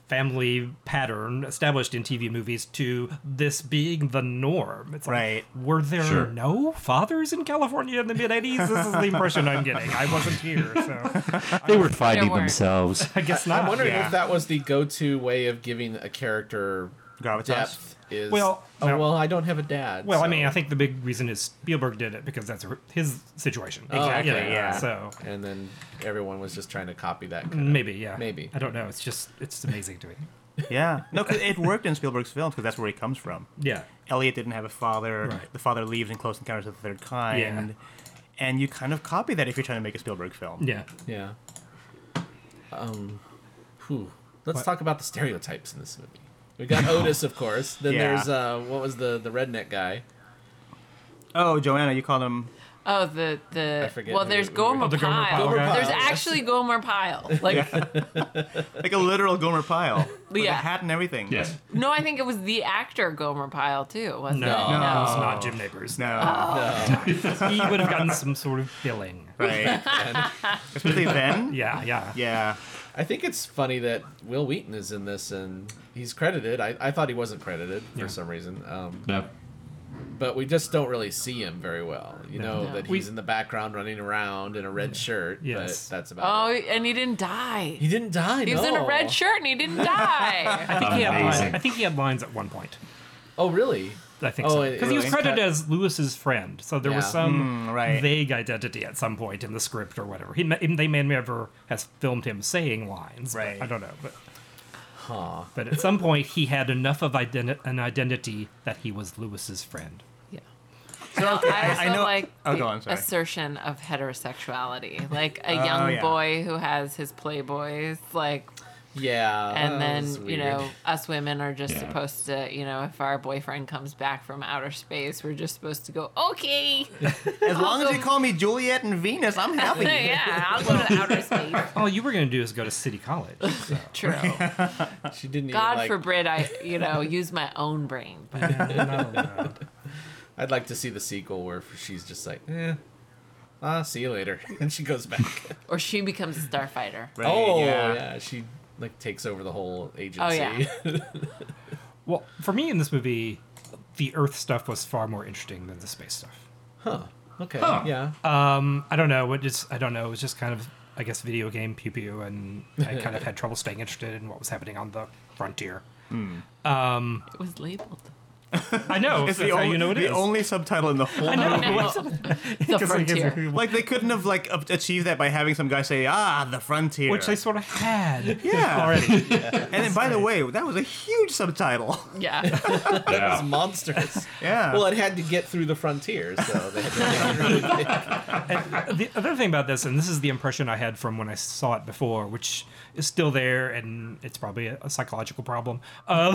Speaker 3: family pattern established in TV movies to this being the norm. It's like,
Speaker 2: Right.
Speaker 3: were there
Speaker 5: Sure.
Speaker 3: no fathers in California in the mid 80s? This is the impression I'm getting. I wasn't here, so
Speaker 5: They were fighting
Speaker 4: There weren't.
Speaker 5: themselves.
Speaker 3: I guess not.
Speaker 1: I'm wondering
Speaker 2: Yeah.
Speaker 1: if that was the go-to way of giving a character
Speaker 2: Gravitas.
Speaker 1: depth. Is
Speaker 3: Well,
Speaker 1: oh
Speaker 3: no.
Speaker 1: well, I don't have a dad.
Speaker 3: well, I
Speaker 1: so-
Speaker 3: mean, I think the big reason is Spielberg did it because that's his situation.
Speaker 1: Exactly,
Speaker 3: You know,
Speaker 2: yeah.
Speaker 3: So
Speaker 1: and then everyone was just trying to copy that. Kind
Speaker 3: maybe, yeah.
Speaker 1: Maybe.
Speaker 3: I don't know. It's just, it's amazing to me.
Speaker 2: Yeah, no, 'cause it worked in Spielberg's films because that's where he comes from.
Speaker 3: Yeah.
Speaker 2: Elliot didn't have a father.
Speaker 3: Right.
Speaker 2: The father leaves in Close Encounters of the Third Kind. And you kind of copy that if you're trying to make a Spielberg film.
Speaker 3: Yeah.
Speaker 1: Yeah. Um. Whew. Let's talk about the stereotypes in this movie. We got Otis, of course. Then
Speaker 2: Yeah.
Speaker 1: there's uh, what was the the redneck guy?
Speaker 2: Oh, Joanna, you call him.
Speaker 4: Oh, the the.
Speaker 1: I forget
Speaker 4: well,
Speaker 1: who
Speaker 4: there's
Speaker 1: we-
Speaker 4: Gomer,
Speaker 3: Oh, the Gomer
Speaker 4: Pyle.
Speaker 3: Pyle guy.
Speaker 4: There's
Speaker 1: Gomer Pyle.
Speaker 4: actually Gomer Pyle. Like,
Speaker 2: Like a literal Gomer Pyle. With
Speaker 4: Yeah.
Speaker 2: a hat and everything.
Speaker 5: Yes.
Speaker 4: no, I think it was the actor Gomer Pyle too, wasn't
Speaker 3: No,
Speaker 4: it?
Speaker 3: no, it's not Jim Neighbors.
Speaker 2: No.
Speaker 3: he would have gotten some sort of billing.
Speaker 4: Oh.
Speaker 2: Right. Especially then.
Speaker 3: Yeah, yeah.
Speaker 2: Yeah.
Speaker 1: I think it's funny that Will Wheaton is in this and he's credited. I, I thought he wasn't credited for some reason. Um,
Speaker 5: No.
Speaker 1: but we just don't really see him very well. You know
Speaker 4: No.
Speaker 1: that he's
Speaker 3: We-
Speaker 1: in the background running around in a red shirt.
Speaker 3: Yes.
Speaker 1: But that's about.
Speaker 4: Oh,
Speaker 1: it.
Speaker 4: and he didn't die.
Speaker 1: he didn't die.
Speaker 4: He was in a
Speaker 1: no.
Speaker 4: red shirt and he didn't die.
Speaker 3: I think, he had lines,
Speaker 5: Amazing.
Speaker 3: I think he had lines at one point.
Speaker 1: Oh really?
Speaker 3: I think
Speaker 1: Oh,
Speaker 3: so.
Speaker 1: it-
Speaker 3: Because he was
Speaker 1: really?
Speaker 3: credited as Lewis's friend. So there
Speaker 1: Yeah. Hmm,
Speaker 3: was some
Speaker 2: right.
Speaker 3: vague identity at some point in the script or whatever. He, may- they may never has filmed him saying lines. but
Speaker 2: Right.
Speaker 3: I don't know. But, but at some point, he had enough of identi- an identity that he was Lewis's friend.
Speaker 4: yeah. No, I also
Speaker 2: I know-
Speaker 4: like
Speaker 2: Oh,
Speaker 4: the
Speaker 2: go on, sorry. Oh,
Speaker 4: assertion of heterosexuality, like a young
Speaker 2: yeah.
Speaker 4: boy who has his playboys, like,
Speaker 1: Yeah.
Speaker 2: Oh,
Speaker 4: and
Speaker 1: that was
Speaker 4: then you
Speaker 1: weird.
Speaker 4: know, us women are just
Speaker 5: Yeah.
Speaker 4: supposed to, you know, if our boyfriend comes back from outer space, we're just supposed to go, okay,
Speaker 2: As long as
Speaker 4: Also-
Speaker 2: you call me Juliet and Venus, I'm happy.
Speaker 4: yeah, I'll go to outer space.
Speaker 3: All Oh, you were going to do is go to city college. So.
Speaker 4: True.
Speaker 1: she didn't. even,
Speaker 4: God
Speaker 1: like,
Speaker 4: forbid I, you know, use my own brain. But
Speaker 1: I'd like to see the sequel where she's just like, eh, ah, see you later, and she goes back.
Speaker 4: or she becomes a starfighter.
Speaker 2: Right,
Speaker 1: oh yeah.
Speaker 2: yeah.
Speaker 1: she like takes over the whole agency.
Speaker 4: Oh, yeah.
Speaker 3: Well, for me in this movie, the Earth stuff was far more interesting than the space stuff.
Speaker 1: okay,
Speaker 5: Huh.
Speaker 1: yeah,
Speaker 3: Oh. I don't know. It just I don't know. It was just kind of I guess video game pew pew, and I kind of had trouble staying interested in what was happening on the frontier.
Speaker 4: It was labeled.
Speaker 3: I know.
Speaker 2: It's
Speaker 3: that's
Speaker 2: the,
Speaker 3: how
Speaker 2: only,
Speaker 3: you know it
Speaker 2: the
Speaker 3: is.
Speaker 2: only subtitle in the whole
Speaker 4: No,
Speaker 2: movie.
Speaker 4: the
Speaker 3: Just like it's-
Speaker 4: frontier.
Speaker 2: Like they couldn't have like ab- achieved that by having some guy say, "Ah, the frontier,"
Speaker 3: which they sort of had
Speaker 2: Yeah.
Speaker 3: already.
Speaker 2: and then, by the way, that was a huge subtitle.
Speaker 4: Yeah.
Speaker 1: It's
Speaker 5: Yeah.
Speaker 1: monsters.
Speaker 2: Yeah.
Speaker 1: Well, it had to get through the frontier, so they had to
Speaker 3: the other thing about this, and this is the impression I had from when I saw it before, which is still there, and it's probably a, a psychological problem. Uh,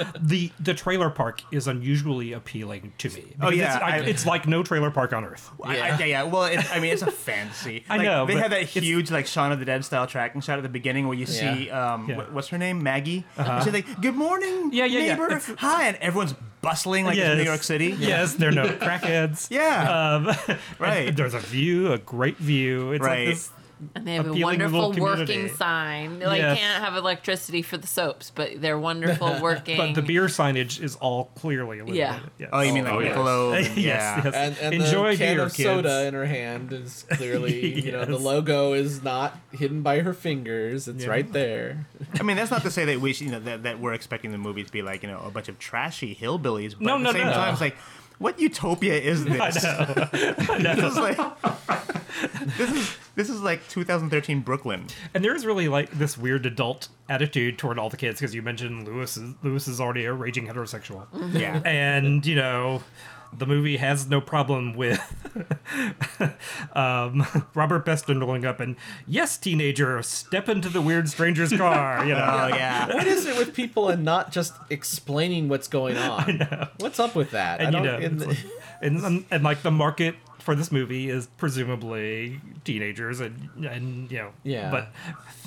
Speaker 3: the the trailer park is unusually appealing to me.
Speaker 2: Oh,
Speaker 3: Because
Speaker 2: yeah,
Speaker 3: it's, I-
Speaker 2: I-
Speaker 3: it's like no trailer park on earth.
Speaker 2: I- I- Yeah. yeah, Well, it, I mean, it's a fantasy.
Speaker 3: I
Speaker 2: Like,
Speaker 3: know,
Speaker 2: They
Speaker 3: but
Speaker 2: have that
Speaker 3: it's-
Speaker 2: huge, like, Shaun of the Dead style tracking shot at the beginning where you see, um,
Speaker 3: Yeah. Uh-huh.
Speaker 2: wh- what's her name? Maggie. She's like, good morning,
Speaker 3: Yeah, yeah, yeah.
Speaker 2: neighbor.
Speaker 3: It's-
Speaker 2: Hi. And everyone's bustling like
Speaker 3: Yes.
Speaker 2: it's New York City.
Speaker 3: Yes, there are no crackheads.
Speaker 2: Yeah.
Speaker 3: Um,
Speaker 2: Right.
Speaker 3: There's a view, a great view. It's
Speaker 2: Right.
Speaker 3: like this.
Speaker 4: And they have a
Speaker 3: Appealing
Speaker 4: wonderful
Speaker 3: little community.
Speaker 4: working sign. They like,
Speaker 3: Yes.
Speaker 4: can't have electricity for the soaps, but they're wonderful working.
Speaker 3: But the beer signage is all clearly illuminated. Yes.
Speaker 2: oh, you mean like
Speaker 5: Oh, yes.
Speaker 2: Michelob?
Speaker 3: yes,
Speaker 2: and- yeah.
Speaker 3: yes.
Speaker 1: And, and
Speaker 3: Enjoy
Speaker 1: the can
Speaker 3: beer,
Speaker 1: of
Speaker 3: kids.
Speaker 1: soda in her hand is clearly, you know, the
Speaker 3: Yes.
Speaker 1: logo is not hidden by her fingers. It's
Speaker 3: Yeah.
Speaker 1: right there.
Speaker 2: I mean, that's not to say that we, should, you know, that, that we're expecting the movie to be like, you know, a bunch of trashy hillbillies. But
Speaker 3: No,
Speaker 2: at the
Speaker 3: no,
Speaker 2: same
Speaker 3: no.
Speaker 2: time, it's like, what utopia is this? this is like, this is this is like 2013 Brooklyn.
Speaker 3: And there is really like this weird adult attitude toward all the kids because you mentioned Lewis. Is, Lewis is already a raging heterosexual,
Speaker 2: Yeah.
Speaker 3: and you know, the movie has no problem with um, Robert Peston rolling up and yes, teenager, step into the weird stranger's car. You know,
Speaker 2: Oh yeah.
Speaker 1: What is it with people and not just explaining what's going on? What's up with that?
Speaker 3: and
Speaker 1: I
Speaker 3: you
Speaker 1: don't.
Speaker 3: know,
Speaker 1: in
Speaker 3: it's
Speaker 1: the-
Speaker 3: like- and, and and like the market for this movie is presumably teenagers and and you know,
Speaker 1: Yeah.
Speaker 3: but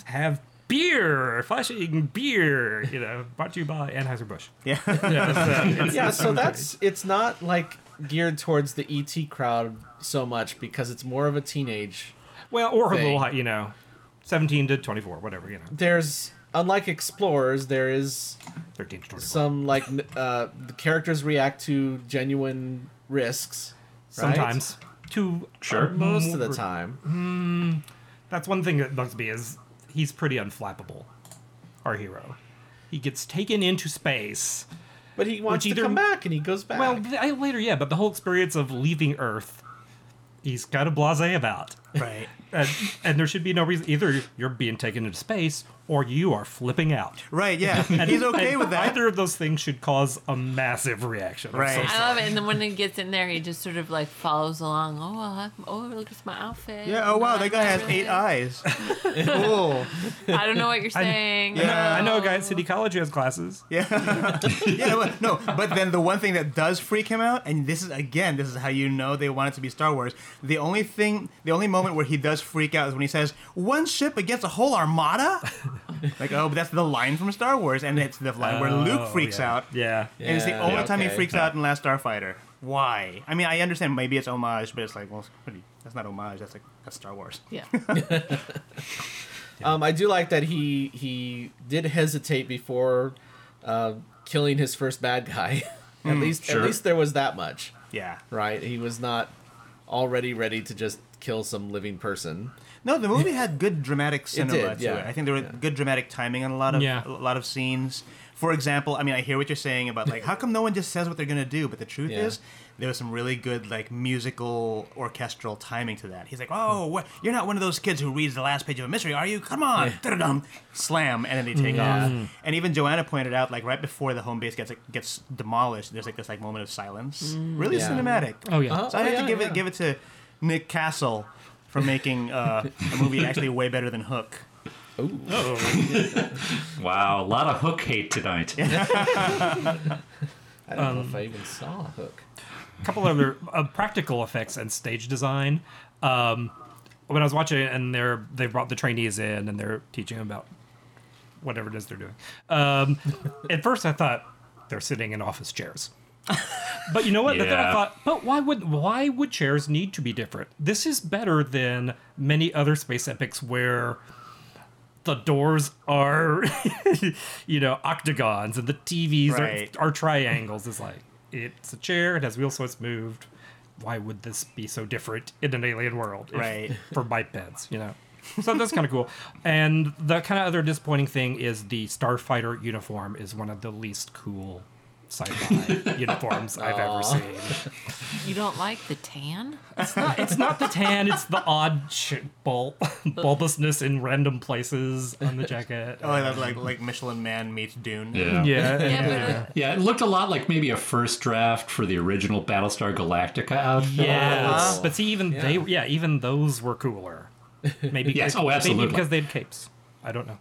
Speaker 3: have. Beer, flashing beer, you know, brought to you by Anheuser Busch.
Speaker 2: Yeah.
Speaker 1: yeah, so that's it's not like geared towards the ET crowd so much because it's more of a teenage.
Speaker 3: Well, or a little
Speaker 1: thing.
Speaker 3: high, you know, seventeen to twenty-four, whatever, you know,
Speaker 1: There's unlike explorers, there is
Speaker 3: thirteen to twenty-four.
Speaker 1: some like n- uh, the characters react to genuine risks. right?
Speaker 3: Sometimes two.
Speaker 5: Sure.
Speaker 1: most of the time.
Speaker 3: That's one thing that bugs me is he's pretty unflappable. Our hero, he gets taken into space.
Speaker 1: But he wants
Speaker 3: Which
Speaker 1: to
Speaker 3: either-
Speaker 1: come back, and he goes back.
Speaker 3: Well, th- I- later, yeah, but the whole experience of leaving Earth, he's kind of blasé about.
Speaker 2: Right.
Speaker 3: And, and there should be no reason either you're being taken into space or you are flipping out.
Speaker 2: Right. Yeah. He's okay with that.
Speaker 3: Either of those things should cause a massive reaction. of
Speaker 2: Right.
Speaker 3: some
Speaker 4: I love it. And then when he gets in there, he just sort of like follows along. Oh, I'll have, oh, look at my outfit.
Speaker 2: Yeah. Oh wow,
Speaker 4: I
Speaker 2: that guy has
Speaker 4: really-
Speaker 2: eight eyes. Cool.
Speaker 4: I don't know what you're saying.
Speaker 2: Yeah.
Speaker 3: I know a guy at City College who has glasses.
Speaker 2: Yeah. yeah. well, No, but then the one thing that does freak him out, and this is again, this is how you know they want it to be Star Wars. The only thing, the only moment where he does freak out is when he says, "One ship against a whole armada." like, oh, but that's the line from Star Wars, and it's the line where Luke freaks
Speaker 3: yeah.
Speaker 2: out.
Speaker 3: Yeah.
Speaker 2: And it's the
Speaker 1: Oh, Yeah,
Speaker 2: only time he
Speaker 1: okay.
Speaker 2: freaks out in Last Starfighter. Why? I mean, I understand maybe it's homage, but it's like, well, it's pretty, that's not homage. That's like that's Star Wars.
Speaker 4: Yeah.
Speaker 1: Um, I do like that he he did hesitate before uh, killing his first bad guy. at
Speaker 3: Hmm,
Speaker 1: least
Speaker 5: sure.
Speaker 1: at least there was that much,
Speaker 2: Yeah.
Speaker 1: right? He was not already ready to just kill some living person.
Speaker 2: No, the movie had good dramatic cinema
Speaker 1: did,
Speaker 2: to
Speaker 1: yeah.
Speaker 2: it. I think there were good dramatic timing on a lot of
Speaker 3: Yeah.
Speaker 2: a lot of scenes. For example, I mean, I hear what you're saying about like how come no one just says what they're gonna do, but the truth
Speaker 1: Yeah.
Speaker 2: is there was some really good like musical orchestral timing to that. He's like, oh, what? you're not one of those kids who reads the last page of a mystery, are you? Come on, Dum-dum. slam, and then they take off. And even Joanna pointed out like right before the home base gets like, gets demolished, there's like this like moment of silence, really
Speaker 1: Mm. Yeah.
Speaker 2: cinematic.
Speaker 3: Oh, yeah.
Speaker 2: So I have
Speaker 1: Oh, yeah,
Speaker 2: to give
Speaker 1: yeah.
Speaker 2: it give it to Nick Castle for making uh, a movie actually way better than Hook.
Speaker 5: Wow, a lot of hook hate tonight.
Speaker 1: I don't know if I even saw Hook.
Speaker 3: A couple other uh, practical effects and stage design. Um, when I was watching it, and they're they brought the trainees in, and they're teaching them about whatever it is they're doing. Um, at first, I thought they're sitting in office chairs. But you know what? But then I
Speaker 5: Yeah.
Speaker 3: thought, but why would why would chairs need to be different? This is better than many other space epics where the doors are, you know, octagons and the TVs
Speaker 2: Right.
Speaker 3: are, are triangles. It's like it's a chair. It has wheels, so it's moved. Why would this be so different in an alien world? if-
Speaker 2: Right.
Speaker 3: for bipeds, you know. So that's kind of cool. And the kind of other disappointing thing is the starfighter uniform is one of the least cool sci-fi uniforms I've ever seen.
Speaker 4: You don't like the tan?
Speaker 3: It's not the tan; it's the odd sh- bul- bulbousness in random places on the jacket.
Speaker 2: Oh, I love like like Michelin Man meets Dune.
Speaker 5: Yeah.
Speaker 3: yeah, and-
Speaker 4: Yeah, but
Speaker 5: Yeah, it looked a lot like maybe a first draft for the original Battlestar Galactica outfit.
Speaker 3: Yes,
Speaker 1: Oh.
Speaker 3: but see, even they, yeah, even those were cooler. Maybe
Speaker 5: Yes, oh,
Speaker 3: maybe
Speaker 5: absolutely.
Speaker 3: because they had capes. I don't know.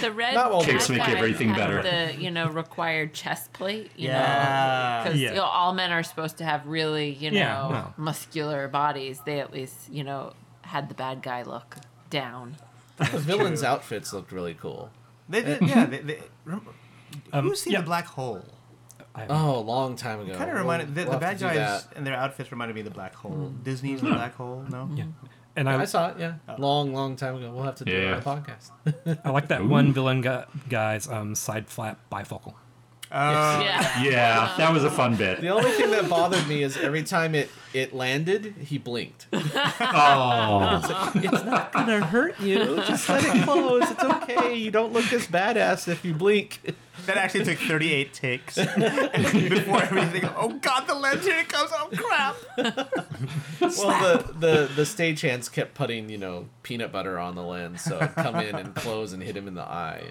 Speaker 4: The red
Speaker 1: Not all
Speaker 5: Kicks
Speaker 4: bad
Speaker 5: make
Speaker 4: guys
Speaker 5: everything
Speaker 4: have
Speaker 5: better.
Speaker 4: The you know required chest plate. You
Speaker 2: Yeah.
Speaker 4: Because
Speaker 3: Yeah.
Speaker 4: all men are supposed to have really you know
Speaker 3: Yeah, no.
Speaker 4: muscular bodies. They at least you know had the bad guy look down.
Speaker 1: The villains' outfits looked really cool.
Speaker 2: They did, yeah. They, they, rem-
Speaker 3: Um,
Speaker 2: who's seen
Speaker 3: yeah.
Speaker 2: the black hole?
Speaker 1: Oh, a long time ago.
Speaker 2: Kind of
Speaker 1: We'll-
Speaker 2: reminded the,
Speaker 1: we'll
Speaker 2: the
Speaker 1: have to
Speaker 2: bad
Speaker 1: do
Speaker 2: guys
Speaker 1: that. Hmm.
Speaker 2: and their outfits reminded me of the black hole. Disney's the black hole. No. Yeah.
Speaker 3: And
Speaker 1: I
Speaker 3: I,
Speaker 1: saw it. Yeah, long, long time ago. We'll have to do
Speaker 5: Yeah.
Speaker 1: it on a podcast.
Speaker 3: I like that one villain gu guy's um, side flap bifocal. Uh,
Speaker 4: yeah.
Speaker 5: Yeah, that was a fun bit.
Speaker 1: The only thing that bothered me is every time it it landed, he blinked.
Speaker 5: Oh,
Speaker 1: It's not gonna hurt you. Just let it close. It's okay. You don't look as badass if you blink.
Speaker 2: That actually took 38 takes before everything. Oh God, the lens here it comes. Oh crap.
Speaker 1: Well, the the the stagehands kept putting you know peanut butter on the lens, so it'd come in and close and hit him in the eye.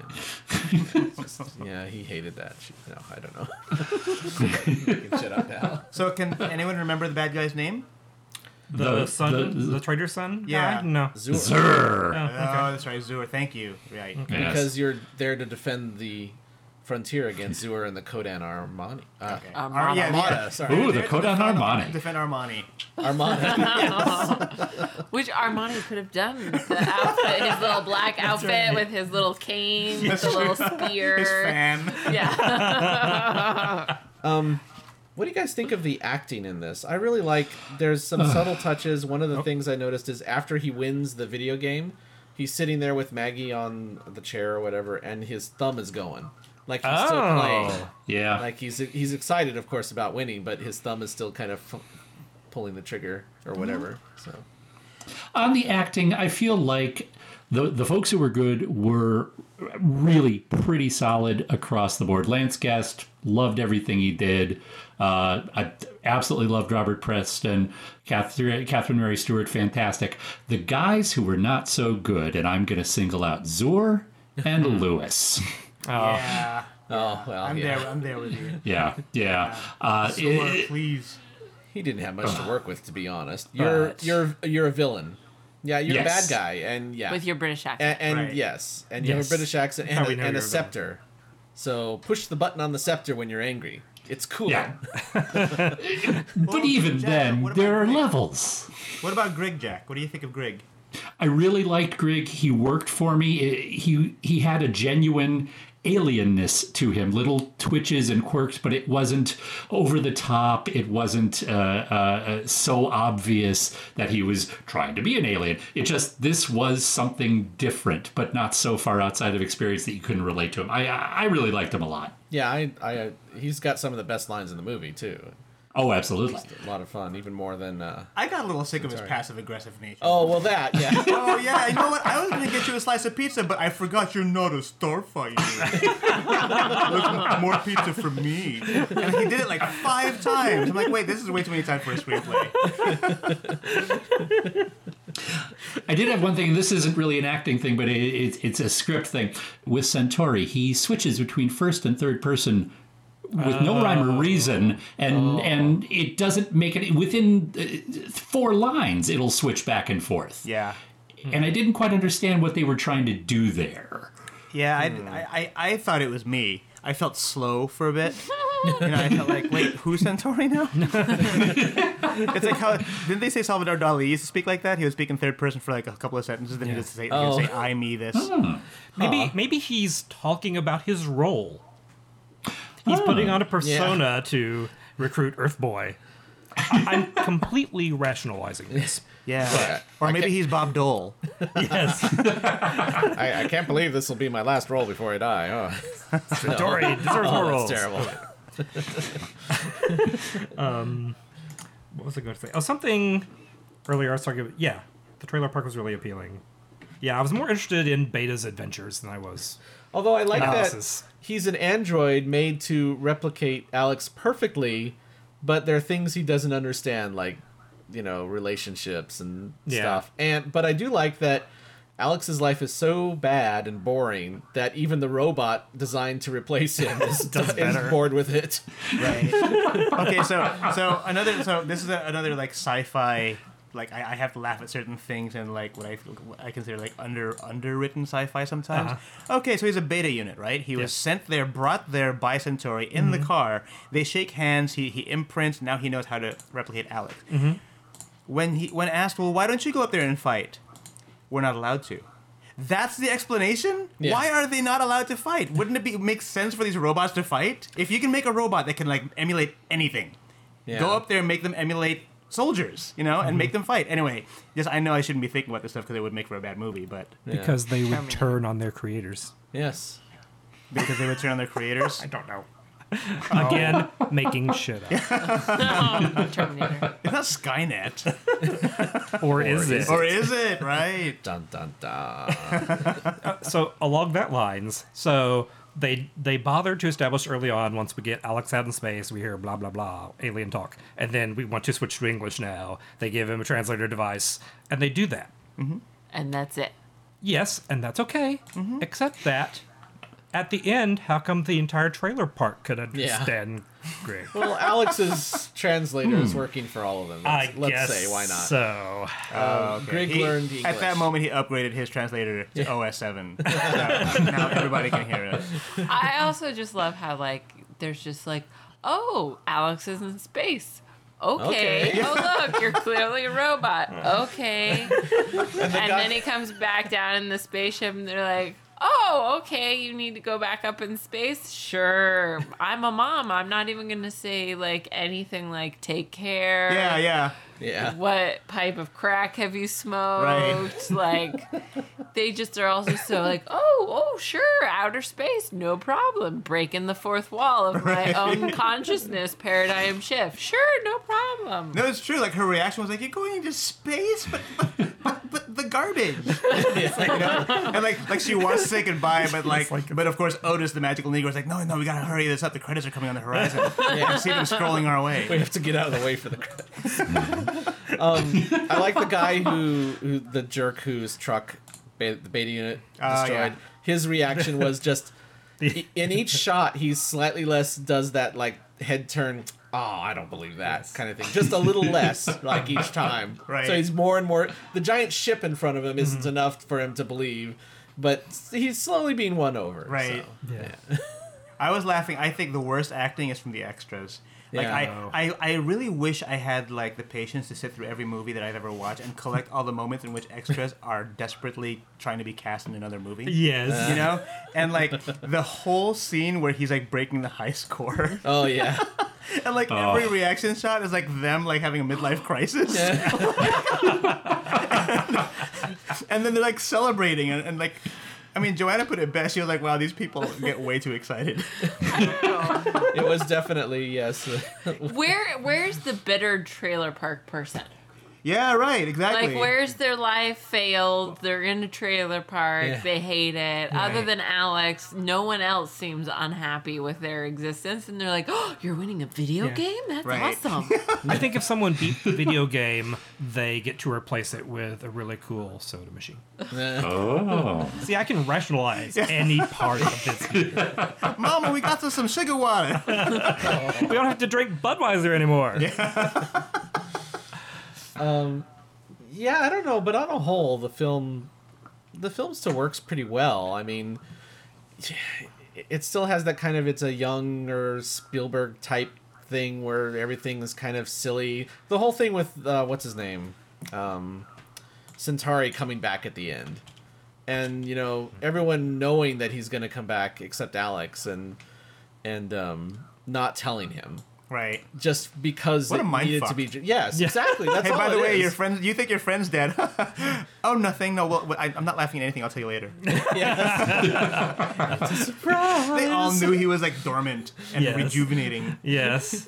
Speaker 1: And it's just- yeah, he hated that. She- No, I don't know. Making shit up now.
Speaker 2: So can anyone remember the bad guy's name?
Speaker 3: The,
Speaker 5: The-
Speaker 3: son,
Speaker 5: the-
Speaker 3: the, trader's son.
Speaker 2: Yeah.
Speaker 3: guy? No.
Speaker 1: Zur,
Speaker 5: Zer.
Speaker 3: Oh,
Speaker 2: Oh,
Speaker 3: okay.
Speaker 2: that's right, Zur. Thank you. Right.
Speaker 5: Yes.
Speaker 1: because you're there to defend the frontier against Zur and the Kodan Armani. Uh,
Speaker 2: Ar- yeah,
Speaker 1: Armada,
Speaker 2: yeah.
Speaker 1: sorry.
Speaker 5: Ooh, the Kodan Harmonic.
Speaker 2: Defend Armani.
Speaker 1: Armada.
Speaker 4: Which Armani could have done the outfit, his little black outfit with his little cane, with the little spear.
Speaker 2: His fan.
Speaker 4: Yeah.
Speaker 1: What do you guys think of the acting in this? I really like. There's some subtle touches. One of the things I noticed is after he wins the video game, he's sitting there with Maggie on the chair or whatever, and his thumb is going, like he's still playing.
Speaker 3: Oh.
Speaker 5: Yeah.
Speaker 1: Like he's he's excited, of course, about winning, but his thumb is still kind of f- pulling the trigger or whatever. So
Speaker 5: on the acting, I feel like the the folks who were good were really pretty solid across the board. Lance Guest loved everything he did. Uh, I absolutely loved Robert Preston, Catherine, Catherine Mary Stewart, fantastic. The guys who were not so good, and I'm going to single out Zur and Lewis.
Speaker 2: Yeah.
Speaker 1: oh well,
Speaker 2: I'm
Speaker 1: yeah.
Speaker 2: there. I'm there with you.
Speaker 5: Yeah, yeah. Uh,
Speaker 2: Zur,
Speaker 5: it-
Speaker 2: please.
Speaker 1: He didn't have much to work with, to be honest. You're
Speaker 5: But-
Speaker 1: you're you're a villain. Yeah, you're
Speaker 5: Yes.
Speaker 1: a bad guy, and yeah,
Speaker 4: With your British accent.
Speaker 1: and, and
Speaker 2: Right.
Speaker 1: yes, and you have
Speaker 5: Yes.
Speaker 1: a British accent
Speaker 3: how
Speaker 1: and,
Speaker 3: we
Speaker 1: a,
Speaker 3: know
Speaker 1: and a
Speaker 3: you're a villain.
Speaker 1: scepter. So push the button on the scepter when you're angry. It's cool.
Speaker 5: yeah.
Speaker 2: Well,
Speaker 5: But even
Speaker 2: Jack,
Speaker 5: then,
Speaker 2: what about
Speaker 5: there are
Speaker 2: Greg?
Speaker 5: levels.
Speaker 2: What about Grig Jack? What do you think of Grig?
Speaker 5: I really liked Grig. He worked for me. I- He he had a genuine alienness to him, little twitches and quirks, but it wasn't over the top. It wasn't uh, uh, uh, so obvious that he was trying to be an alien. It just this was something different, but not so far outside of experience that you couldn't relate to him. I I I really liked him a lot.
Speaker 1: Yeah, I, I he's got some of the best lines in the movie too.
Speaker 5: Oh, absolutely.
Speaker 1: A lot of fun, even more than. Uh...
Speaker 2: I got a little sick of his passive aggressive nature.
Speaker 1: Oh well, that yeah.
Speaker 2: Oh yeah, you know what? I was gonna get you a slice of pizza, but I forgot you're not a starfighter. Look, more pizza for me. And he did it like five times. I'm like, wait, this is way too many times for a screenplay.
Speaker 5: I did have one thing, and this isn't really an acting thing, but it, it, it's a script thing. With Centauri, he switches between first and third person with no rhyme or reason, and and it doesn't make it within uh, four lines. It'll switch back and forth.
Speaker 2: Yeah,
Speaker 5: And I didn't quite understand what they were trying to do there.
Speaker 2: yeah. I, I, I, I thought it was me. I felt slow for a bit. You know, I felt like, wait, who's Centauri now? it's like how didn't they say Salvador Dali used to speak like that? He would speak in third person for like a couple of sentences, then he just say,
Speaker 1: Oh.
Speaker 2: he'd say, "I me this."
Speaker 5: Hmm.
Speaker 3: Maybe maybe he's talking about his role. He's putting on a persona to recruit Earthboy. I- I'm completely rationalizing this.
Speaker 2: Yeah, or
Speaker 1: I
Speaker 2: maybe
Speaker 1: can't-
Speaker 2: he's Bob Dole.
Speaker 3: Yes,
Speaker 1: I, I can't believe this will be my last role before I die. Oh,
Speaker 3: Dory deserves more
Speaker 1: oh
Speaker 3: roles.
Speaker 1: that's terrible.
Speaker 3: What was I going to say? Oh, something earlier I was talking about. Yeah, the trailer park was really appealing. Yeah, I was more interested in Beta's adventures than I was.
Speaker 1: Although I like
Speaker 3: Analysis.
Speaker 1: that he's an android made to replicate Alex perfectly, but there are things he doesn't understand, like you know relationships and
Speaker 3: Yeah.
Speaker 1: stuff. And but I do like that Alex's life is so bad and boring that even the robot designed to replace him is, is
Speaker 2: better.
Speaker 1: bored with it.
Speaker 2: okay so so another so this is a, another like sci-fi like I, I have to laugh at certain things and like what I what I consider like under underwritten sci-fi sometimes. Okay, so he's a beta unit, right? He was sent there, brought there by Centauri in the car. They shake hands. He he imprints. Now he knows how to replicate Alex. When he when asked, well, why don't you go up there and fight? We're not allowed to. That's the explanation.
Speaker 1: Yeah.
Speaker 2: Why are they not allowed to fight? Wouldn't it be make sense for these robots to fight? If you can make a robot that can like emulate anything,
Speaker 1: Yeah. Mm-hmm.
Speaker 2: go up there and make them emulate soldiers, you know, and make them fight. Anyway, yes, I know I shouldn't be thinking about this stuff because it would make for a bad movie, but
Speaker 1: because
Speaker 3: because they would turn on their creators.
Speaker 1: yes,
Speaker 2: because they would turn on their creators.
Speaker 3: don't know. Again, making shit up.
Speaker 4: Terminator.
Speaker 2: it's not Skynet,
Speaker 3: Or is it?
Speaker 2: or is it? Right?
Speaker 1: dun dun dun.
Speaker 3: so along that lines, so they they bothered to establish early on. Once we get Alex out in space, we hear blah blah blah alien talk, and then we want to switch to English now. They give him a translator device, and they do that.
Speaker 2: Eh.
Speaker 4: and that's it.
Speaker 3: Yes, and that's okay. Except that at the end, how come the entire trailer park could understand Greg?
Speaker 1: well, Alex's translator is working for all of them. Let's, let's say why not.
Speaker 3: So
Speaker 1: Greg
Speaker 2: He-
Speaker 1: learned English.
Speaker 2: At that moment, he upgraded his translator to OS7. So now everybody can hear it.
Speaker 4: I also just love how like there's just like, oh, Alex is in space. Okay.
Speaker 1: Okay.
Speaker 4: Oh look, you're clearly a robot. Okay. and then he comes back down in the spaceship, and they're like. Oh, okay. You need to go back up in space? Sure. I'm a mom. I'm not even going to say like anything like take care.
Speaker 2: Yeah, yeah.
Speaker 1: yeah.
Speaker 4: what pipe of crack have you smoked? Like, they just are also so like, oh, oh, sure, outer space, no problem. Breaking the fourth wall of my own consciousness paradigm shift. Sure, no problem.
Speaker 2: No, it's true. Like her reaction was like, "You're going into space, but but, but, but the garbage." It's like, you know? And like like she wants to say goodbye, but like, but of course Otis, the magical Negro, is like, "No, no, we gotta hurry this up. The credits are coming on the horizon. I can see them scrolling our
Speaker 1: We
Speaker 2: way."
Speaker 1: have to get out of the way for the credits. um, I like the guy who, who the jerk whose truck ba- the beta unit
Speaker 2: Oh,
Speaker 1: destroyed.
Speaker 2: yeah.
Speaker 1: His reaction was just i- in each shot he slightly less does that like head turn. Oh, I don't believe that kind of thing. Just a little less, like each time.
Speaker 2: Right. Mm-hmm.
Speaker 1: So he's more and more. The giant ship in front of him isn't enough for him to believe, but he's slowly being won over.
Speaker 2: Right.
Speaker 1: so.
Speaker 3: yeah.
Speaker 2: I was laughing. I think the worst acting is from the extras. Like
Speaker 1: Yeah.
Speaker 2: I, I, I really wish I had like the patience to sit through every movie that I've ever watched and collect all the moments in which extras are desperately trying to be cast in another movie.
Speaker 3: yes.
Speaker 1: Uh.
Speaker 2: you know and like the whole scene where he's like breaking the high score
Speaker 1: Oh yeah.
Speaker 2: and like
Speaker 5: Oh.
Speaker 2: every reaction shot is like them like having a midlife crisis and then they're like celebrating and, and like I mean, Joanna put it best. She was like, "Wow, these people get way too excited."
Speaker 1: it was definitely yes.
Speaker 4: Where Where's the bitter trailer park person?
Speaker 2: Yeah, right. Exactly.
Speaker 4: Like, where's their life failed? They're in a trailer park.
Speaker 1: Yeah.
Speaker 4: They hate it. Other than Alex, no one else seems unhappy with their existence. And they're like, oh, you're winning a video
Speaker 3: Yeah.
Speaker 4: game? That's
Speaker 2: Right.
Speaker 4: awesome.
Speaker 3: I think if someone beat the video game, they get to replace it with a really cool soda machine.
Speaker 1: Uh.
Speaker 5: Oh.
Speaker 3: See, I can rationalize any part of this. We
Speaker 2: Mama, we got us some sugar water.
Speaker 3: don't have to drink Budweiser anymore.
Speaker 1: Yeah, I don't know, but on a whole, the film, the film still works pretty well. I mean, it still has that kind of it's a younger Spielberg type thing where everything is kind of silly. The whole thing with uh, what's his name, um, Centauri coming back at the end, and you know everyone knowing that he's going to come back except Alex and and um, not telling him
Speaker 2: Right.
Speaker 1: just because
Speaker 2: What a
Speaker 1: it
Speaker 2: mind
Speaker 1: needed to
Speaker 2: fuck.
Speaker 1: be. Yes, exactly. That's
Speaker 2: Hey,
Speaker 1: all
Speaker 2: by the
Speaker 1: it
Speaker 2: way,
Speaker 1: is.
Speaker 2: your friends. You think your friend's dead? oh, nothing. No, well, I, I'm not laughing at anything. I'll tell you later. They all knew he was like dormant and
Speaker 3: Yes.
Speaker 2: rejuvenating.
Speaker 3: Yes.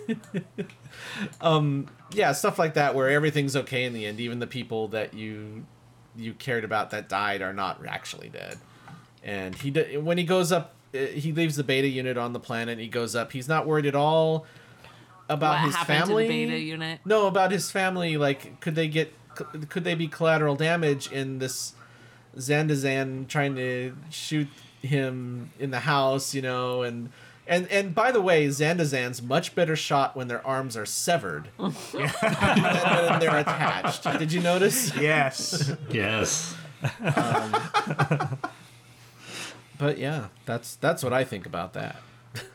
Speaker 1: yeah, stuff like that where everything's okay in the end, even the people that you you cared about that died are not actually dead. And he d- when he goes up, uh, he leaves the beta unit on the planet. He goes up. He's not worried at all about
Speaker 4: what
Speaker 1: his
Speaker 4: happened
Speaker 1: family.
Speaker 4: to the beta unit?
Speaker 1: No, about his family. Like, could they get? Could they be collateral damage in this Zandazan trying to shoot him in the house? You know, and And and by the way, Zandazan's much better shot when their arms are severed than when they're attached. Did you notice?
Speaker 2: Yes.
Speaker 5: Yes.
Speaker 1: But yeah, that's that's what I think about that.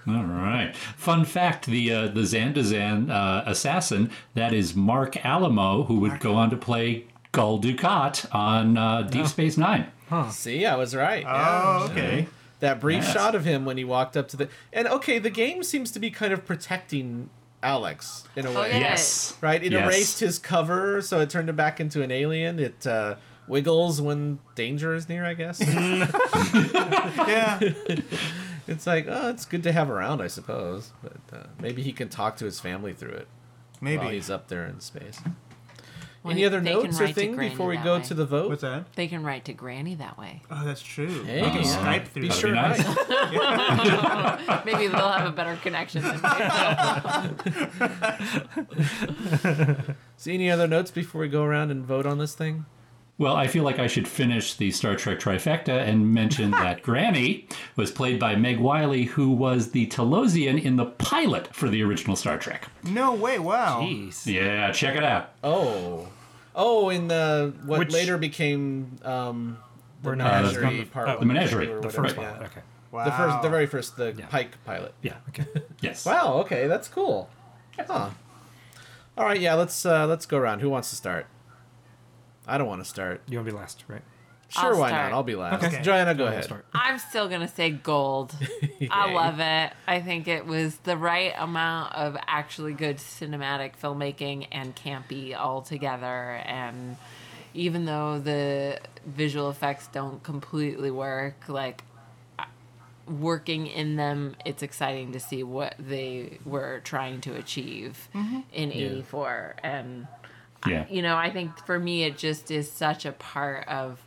Speaker 5: All right. Fun fact: the uh, the Zandazan uh, assassin that is Mark Alamo, who would go on to play Gul Dukat on uh, Deep Space Nine.
Speaker 1: See, I was right. yeah.
Speaker 2: Oh, okay.
Speaker 1: That brief
Speaker 5: Yes.
Speaker 1: shot of him when he walked up to the and okay, the game seems to be kind of protecting Alex in a way.
Speaker 4: Oh, yeah.
Speaker 5: Yes.
Speaker 1: Right? It
Speaker 5: Yes.
Speaker 1: erased his cover, so it turned him back into an alien. It uh, wiggles when danger is near, I guess.
Speaker 2: Yeah.
Speaker 1: it's like, oh, it's good to have around, I suppose. But uh, maybe he can talk to his family through it while
Speaker 2: Maybe.
Speaker 1: he's up there in space.
Speaker 4: Well,
Speaker 1: Any
Speaker 4: he-
Speaker 1: other
Speaker 4: they can
Speaker 1: notes or
Speaker 4: write to
Speaker 1: thing
Speaker 4: Granny
Speaker 1: before we
Speaker 4: that
Speaker 1: go
Speaker 4: way.
Speaker 1: to the vote?
Speaker 2: What's that?
Speaker 4: They can write to Granny that way.
Speaker 2: Oh, that's true.
Speaker 1: Hey.
Speaker 2: We can
Speaker 1: Yeah.
Speaker 2: Skype through
Speaker 1: Be
Speaker 2: that.
Speaker 1: sure
Speaker 5: nice.
Speaker 1: right.
Speaker 4: Maybe they'll have a better connection than me.
Speaker 1: See any other notes before we go around and vote on this thing?
Speaker 5: Well, I feel like I should finish the Star Trek trifecta and mention that Granny was played by Meg Wiley, who was the Telosian in the pilot for the original Star Trek.
Speaker 2: No way. Wow.
Speaker 3: Jeez.
Speaker 5: Yeah, check it out.
Speaker 1: Oh, oh, in the what
Speaker 3: Which-
Speaker 1: later became um, the
Speaker 3: We're not-
Speaker 1: menagerie
Speaker 3: Uh,
Speaker 1: part,
Speaker 3: oh,
Speaker 1: one,
Speaker 5: the menagerie,
Speaker 1: two, or
Speaker 5: the
Speaker 1: whatever,
Speaker 5: first
Speaker 3: First one.
Speaker 1: yeah.
Speaker 3: Okay.
Speaker 2: Wow.
Speaker 1: the first, the very first, the Pike pilot.
Speaker 3: Yeah. Okay.
Speaker 5: Yes.
Speaker 1: Wow. Okay, that's cool. Huh. All right. Yeah. Let's uh, let's go around. Who wants to start? I don't want to start.
Speaker 3: You want to be last, right?
Speaker 1: Sure,
Speaker 4: I'll
Speaker 1: why
Speaker 4: start.
Speaker 1: not? I'll be last.
Speaker 2: Okay.
Speaker 1: Joanna, go ahead.
Speaker 3: Start.
Speaker 4: I'm still gonna say gold. I
Speaker 1: Yay.
Speaker 4: love it. I think it was the right amount of actually good cinematic filmmaking and campy all together. And even though the visual effects don't completely work, like I- working in them, it's exciting to see what they were trying to achieve in '84 and
Speaker 5: Yeah.
Speaker 4: you know, I think for me, it just is such a part of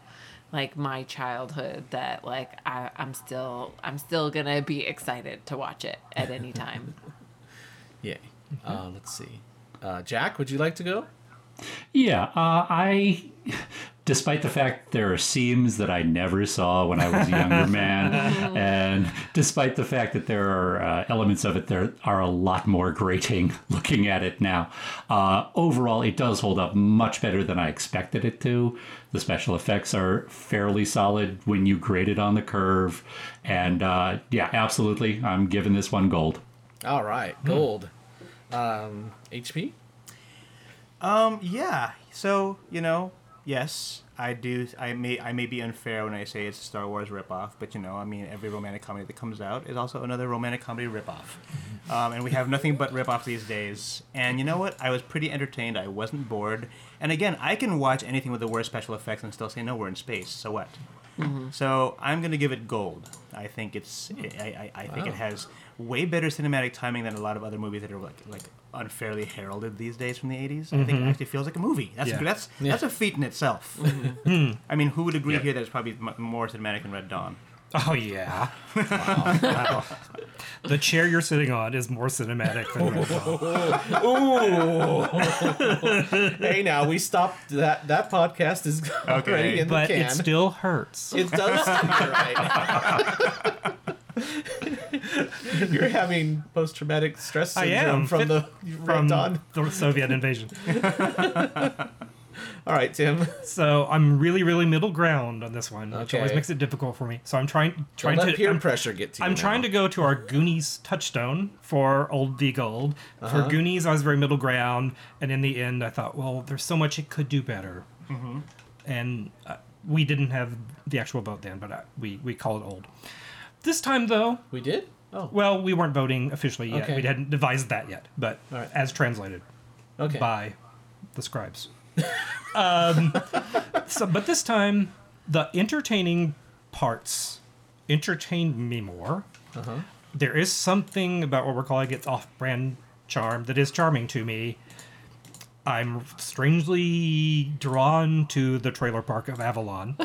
Speaker 4: like my childhood that like I, I'm still I'm still gonna be excited to watch it at any time.
Speaker 1: Yay. Uh, let's see. Uh, Jack, would you like to go?
Speaker 5: Yeah, uh, I, despite the fact there are seams that I never saw when I was a younger man, and despite the fact that there are uh, elements of it that are a lot more grating looking at it now, uh, overall it does hold up much better than I expected it to. The special effects are fairly solid when you grade it on the curve, and uh, yeah, absolutely, I'm giving this one gold.
Speaker 1: All right. Gold. Um, HP.
Speaker 2: Um, yeah. So you know, yes, I do. I may I may be unfair when I say it's a Star Wars ripoff, but you know, I mean, every romantic comedy that comes out is also another romantic comedy ripoff, um, and we have nothing but ripoff these days. And you know what? I was pretty entertained. I wasn't bored. And again, I can watch anything with the worst special effects and still say, no, we're in space. So what? So I'm gonna give it gold. I think it's. I, I, I think it has way better cinematic timing than a lot of other movies that are like like unfairly heralded these days from the 80s. I
Speaker 1: Mm-hmm.
Speaker 2: think it actually feels like a movie. That's
Speaker 3: Yeah.
Speaker 2: that's that's a feat in itself.
Speaker 1: Mm-hmm.
Speaker 2: I mean, who would agree here that it's probably m- more cinematic than Red Dawn?
Speaker 3: Oh yeah. the chair you're sitting on is more cinematic than Red Dawn.
Speaker 1: hey, now we stopped that. That podcast is already in
Speaker 3: but
Speaker 1: the can.
Speaker 3: it still hurts.
Speaker 1: It does seem right. You're having post traumatic stress
Speaker 3: I
Speaker 1: syndrome
Speaker 3: am.
Speaker 1: from
Speaker 3: Fit-
Speaker 1: the
Speaker 3: from
Speaker 1: from on.
Speaker 3: the Soviet invasion.
Speaker 1: All right, Tim.
Speaker 3: So I'm really, really middle ground on this one, which always
Speaker 1: Okay.
Speaker 3: makes it difficult for me. So I'm trying,
Speaker 1: Don't
Speaker 3: trying
Speaker 1: let
Speaker 3: to,
Speaker 1: peer
Speaker 3: I'm,
Speaker 1: pressure get to you.
Speaker 3: I'm trying to go to our Goonies touchstone for Old V Gold.
Speaker 1: Uh-huh.
Speaker 3: For Goonies, I was very middle ground, and in the end, I thought, well, there's so much it could do better,
Speaker 1: Mm-hmm.
Speaker 3: and uh, we didn't have the actual vote then, but uh, we we call it old. This time, though,
Speaker 1: We did. Oh,
Speaker 3: well, we weren't voting officially yet.
Speaker 1: Okay.
Speaker 3: We hadn't devised that yet, but
Speaker 1: All right.
Speaker 3: as translated
Speaker 1: okay.
Speaker 3: by the scribes. um, so, but this time, the entertaining parts entertained me more. There is something about what we're calling its off-brand charm that is charming to me. I'm strangely drawn to the trailer park of Avalon.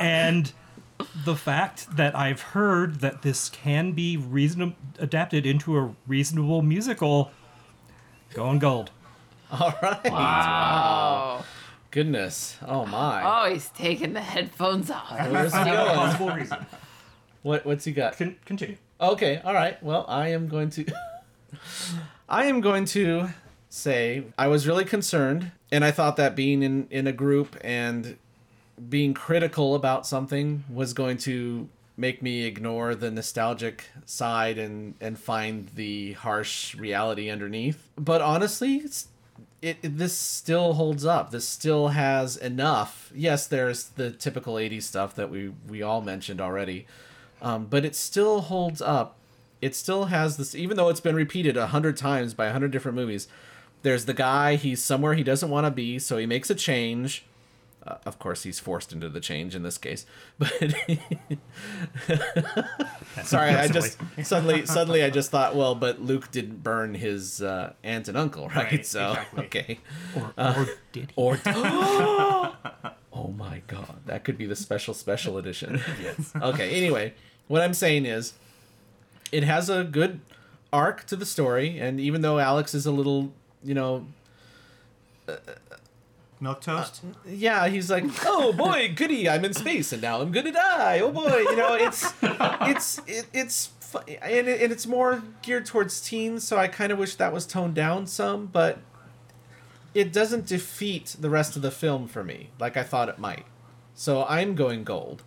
Speaker 3: and the fact that I've heard that this can be reasonable adapted into a reasonable musical going gold.
Speaker 1: All right.
Speaker 4: Oh,
Speaker 1: Goodness. Oh my.
Speaker 4: oh, he's taking the headphones off.
Speaker 1: Where's he going?
Speaker 3: Possible reason.
Speaker 1: What what's he got?
Speaker 3: Con- continue.
Speaker 1: Okay, all right. Well, I am going to I am going to say I was really concerned and I thought that being in in a group and being critical about something was going to make me ignore the nostalgic side and and find the harsh reality underneath. But honestly, it's it, it- this still holds up. This still has enough. Yes, there's the typical 80s stuff that we we all mentioned already. Um, but it still holds up. It still has this even though it's been repeated a hundred times by a hundred different movies. There's the guy, he's somewhere he doesn't want to be, so he makes a change. Uh, of course, he's forced into the change in this case. But sorry, I just suddenly suddenly I just thought, well, but Luke didn't burn his uh, aunt and uncle, right?
Speaker 3: Right,
Speaker 1: so
Speaker 3: exactly.
Speaker 1: okay.
Speaker 3: Or, or did he?
Speaker 1: Or oh my god, that could be the special special edition. yes. Okay. Anyway, what I'm saying is, it has a good arc to the story, and even though Alex is a little, you know,
Speaker 2: Milk toast.
Speaker 1: Uh, yeah, he's like, oh boy, goody, I'm in space, and now I'm gonna die. Oh boy, you know, it's it's it, it's fu- and it, and it's more geared towards teens, so I kind of wish that was toned down some, but it doesn't defeat the rest of the film for me, like I thought it might. So I'm going gold.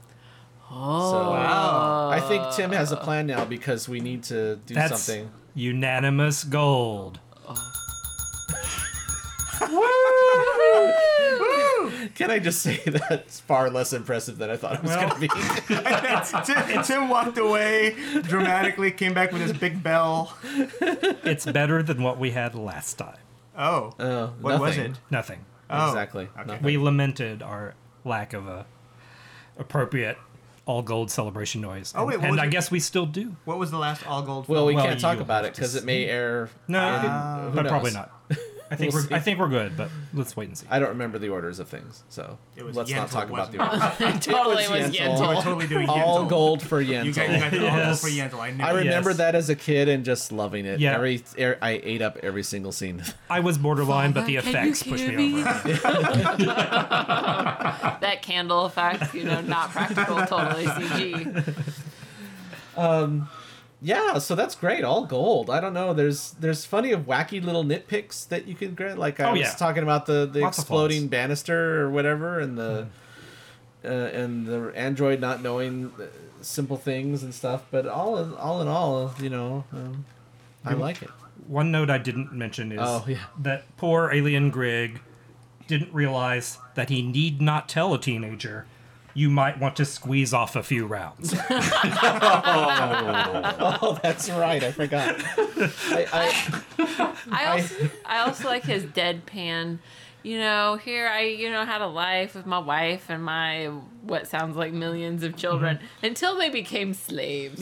Speaker 1: Oh wow! I think Tim has a plan now because we need to do
Speaker 3: That's
Speaker 1: something.
Speaker 3: unanimous gold.
Speaker 1: Can I just say that's far less impressive than I thought it was
Speaker 2: Well-
Speaker 1: going to be?
Speaker 2: Tim, Tim walked away dramatically, came back with his big bell.
Speaker 3: It's better than what we had last time.
Speaker 2: Oh,
Speaker 1: Oh,
Speaker 2: what was
Speaker 1: nothing.
Speaker 2: it?
Speaker 3: Nothing.
Speaker 2: Oh,
Speaker 1: exactly.
Speaker 2: okay.
Speaker 3: We lamented our lack of a appropriate all gold celebration noise.
Speaker 2: Oh, wait, what
Speaker 3: and
Speaker 2: was
Speaker 3: I
Speaker 2: it?
Speaker 3: guess we still do.
Speaker 2: What was the last all gold?
Speaker 1: Well, we
Speaker 3: Well,
Speaker 1: can't talk
Speaker 3: you
Speaker 1: about
Speaker 3: have
Speaker 1: it
Speaker 3: to
Speaker 1: because it may air.
Speaker 3: No,
Speaker 1: in- who
Speaker 3: but probably
Speaker 1: knows?
Speaker 3: not. I think
Speaker 1: We'll
Speaker 3: we're I
Speaker 1: see.
Speaker 3: think we're good, but let's wait and see.
Speaker 1: I don't remember the orders of things, so
Speaker 2: It was
Speaker 1: let's not
Speaker 2: Yentl,
Speaker 1: talk about
Speaker 2: wasn't
Speaker 1: the orders.
Speaker 4: totally
Speaker 1: Yentl.
Speaker 4: was
Speaker 2: we were
Speaker 4: Yentl.
Speaker 2: totally doing
Speaker 1: All
Speaker 2: Yentl.
Speaker 1: gold for
Speaker 2: You got,
Speaker 1: Yentl.
Speaker 2: you got the all gold
Speaker 3: Yes.
Speaker 2: for Yentl. I knew.
Speaker 1: I
Speaker 2: it.
Speaker 1: remember
Speaker 3: Yes.
Speaker 1: that as a kid and just loving it.
Speaker 3: Yeah.
Speaker 1: Every er, I ate up every single scene.
Speaker 3: I was borderline, but the
Speaker 4: Father, can
Speaker 3: effects
Speaker 4: you
Speaker 3: pushed
Speaker 4: hear
Speaker 3: me over.
Speaker 4: that candle effect, you know, not practical, totally CG.
Speaker 1: yeah, so that's great. All gold. I don't know. There's there's funny of wacky little nitpicks that you can get. Like I
Speaker 3: Oh,
Speaker 1: was
Speaker 3: yeah.
Speaker 1: talking about the the
Speaker 3: Lots of
Speaker 1: exploding
Speaker 3: flaws. Hmm.
Speaker 1: banister or whatever, and the uh, and the android not knowing uh, simple things and stuff. But all in, all in all, you know, um, I like it.
Speaker 3: One note I didn't mention is
Speaker 1: Oh, yeah.
Speaker 3: that poor alien Grig didn't realize that he need not tell a teenager you might want to squeeze off a few rounds.
Speaker 1: Oh, that's right. I forgot. I, I,
Speaker 4: I also, I also like his deadpan. You know, here I, you know, had a life with my wife and my what sounds like millions of children until they became slaves.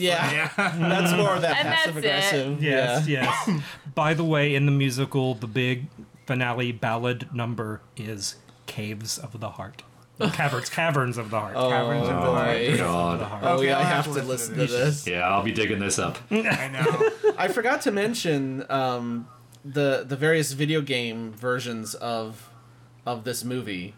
Speaker 1: yeah,
Speaker 2: Yeah.
Speaker 1: that's more of that
Speaker 4: And that's
Speaker 1: passive aggressive.
Speaker 3: Yes,
Speaker 1: Yeah.
Speaker 3: yes. By the way, in the musical, the big finale ballad number is Caves of the Heart. Or Caverns, Caverns of the Heart.
Speaker 1: Oh.
Speaker 2: Caverns of the Heart.
Speaker 1: Boy.
Speaker 5: Oh God.
Speaker 1: Oh,
Speaker 2: Okay,
Speaker 1: yeah, I
Speaker 2: I'll
Speaker 1: have to listen to this.
Speaker 5: Yeah, I'll be digging this up.
Speaker 2: I know.
Speaker 1: I forgot to mention um, the the various video game versions of of this movie.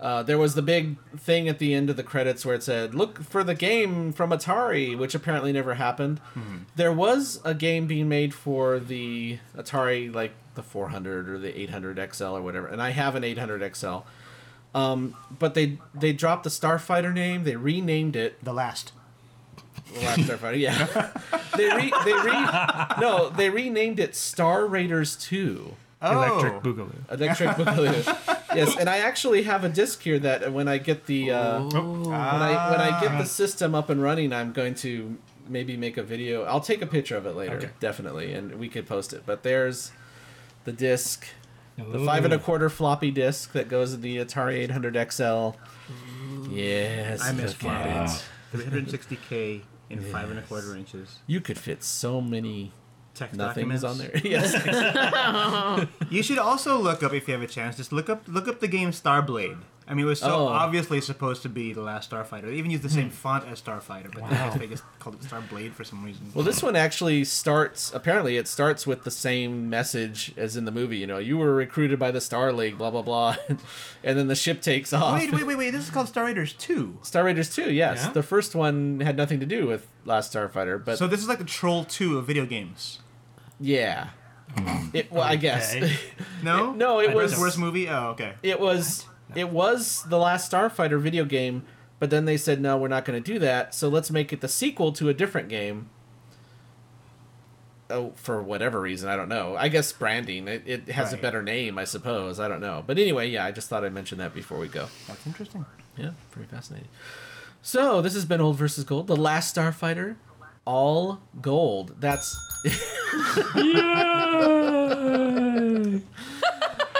Speaker 1: Uh, there was the big thing at the end of the credits where it said, "Look for the game from Atari," which apparently never happened.
Speaker 2: Hmm.
Speaker 1: There was a game being made for the Atari, like the 400 or the 800 XL or whatever, and I have an 800 XL. Um, but they they dropped the Starfighter name. They renamed it
Speaker 2: The last.
Speaker 1: the last Starfighter. Yeah, they re, they re, no they renamed it Star Raiders Two.
Speaker 3: Electric
Speaker 2: Oh.
Speaker 3: Boogaloo.
Speaker 1: Electric Boogaloo. yes, and I actually have a disc here that when I get the uh, when I when I get
Speaker 2: Ah.
Speaker 1: the system up and running, I'm going to maybe make a video. I'll take a picture of it later,
Speaker 3: Okay.
Speaker 1: definitely, and we could post it. But there's the disc, the five and a quarter floppy disc that goes in the Atari 800 XL. Yes,
Speaker 2: I miss
Speaker 1: look at
Speaker 5: Wow.
Speaker 1: it.
Speaker 2: 360k in five and a quarter inches.
Speaker 1: You could fit so many
Speaker 2: Text
Speaker 1: nothings
Speaker 2: documents
Speaker 1: on there. yes.
Speaker 2: You should also look up if you have a chance. Just look up look up the game Starblade. I mean, it was so
Speaker 1: Oh. Hmm.
Speaker 2: obviously supposed to be the last Starfighter. They even used the same font as Starfighter, but I guess they just called it Starblade for some reason.
Speaker 1: Well, this one actually starts. Apparently, it starts with the same message as in the movie. You know, you were recruited by the Star League, blah blah blah, and then the ship takes off.
Speaker 2: wait, wait, wait, wait. This is called Star Raiders Two.
Speaker 1: Star Raiders Two, yes,
Speaker 3: Yeah?
Speaker 1: the first one had nothing to do with Last Starfighter, but
Speaker 2: So this is like the Troll Two of video games.
Speaker 1: yeah, it. Well, I guess
Speaker 3: Okay.
Speaker 2: No,
Speaker 1: no, it
Speaker 3: I
Speaker 1: was
Speaker 2: Best worst movie. Oh, okay.
Speaker 1: it was it was the last Starfighter video game, but then they said no, we're not going to do that. So let's make it the sequel to a different game. Oh, for whatever reason, I don't know. I guess branding. It, it has a
Speaker 2: Right.
Speaker 1: better name, I suppose. I don't know. But anyway, yeah, I just thought I'd mention that before we go.
Speaker 2: That's interesting.
Speaker 1: Yeah, pretty fascinating. So this has been Old versus Gold, the last Starfighter, all gold. That's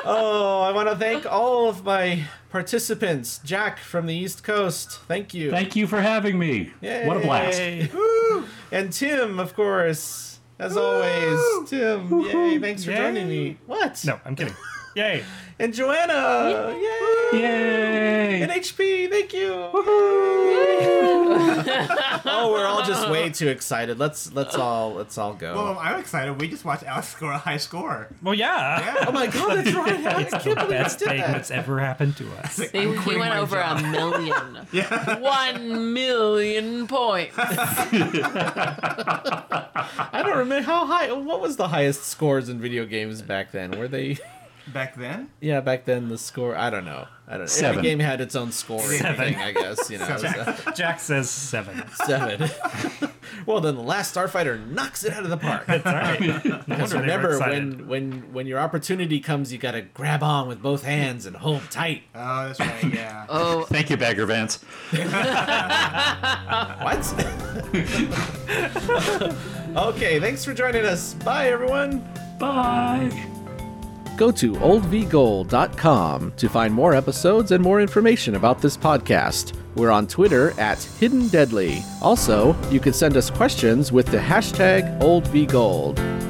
Speaker 1: oh, I want to thank all of my participants. Jack from the East Coast, thank you.
Speaker 5: Thank you for having me. What a blast.
Speaker 1: Yay. Woo! and Tim, of course, as always, Tim. Yay! Thanks for
Speaker 3: Yay.
Speaker 1: joining me. What?
Speaker 3: No, I'm kidding. Yay.
Speaker 1: And Joanna. Yay!
Speaker 5: Yay.
Speaker 1: And HP, thank you. oh, we're all just way too excited. Let's let's all let's all go.
Speaker 2: Well, I'm excited. We just watched Alex score a high score.
Speaker 3: Well, yeah.
Speaker 1: oh my god, that's right. Alex, I can't believe I
Speaker 3: Best
Speaker 1: did
Speaker 3: thing
Speaker 1: that.
Speaker 3: that's ever happened to us.
Speaker 4: They,
Speaker 2: I'm
Speaker 4: he
Speaker 2: quitting
Speaker 4: went
Speaker 2: my
Speaker 4: over
Speaker 2: job.
Speaker 4: a million. One million points.
Speaker 1: I don't remember how high. What was the highest scores in video games back then? Were they?
Speaker 2: Back then,
Speaker 1: Yeah, back then the score. I don't know. I don't. know. Every
Speaker 5: Seven.
Speaker 1: game had its own scoring
Speaker 3: Seven.
Speaker 1: thing, I guess. You know, so-
Speaker 3: Jack, Jack says seven.
Speaker 1: seven. well, then the last Starfighter knocks it out of the park.
Speaker 3: All right. No
Speaker 1: Just
Speaker 3: wonder they were
Speaker 1: remember
Speaker 3: excited.
Speaker 1: when when when your opportunity comes, you gotta grab on with both hands and hold tight.
Speaker 2: oh, that's right, yeah.
Speaker 4: Oh,
Speaker 5: Thank you, Bagger Vance.
Speaker 1: What? okay, thanks for joining us. Bye, everyone.
Speaker 5: Bye.
Speaker 1: Go to oldvgold.com to find more episodes and more information about this podcast. We're on Twitter at Hidden Deadly. Also, you can send us questions with the hashtag oldvgold.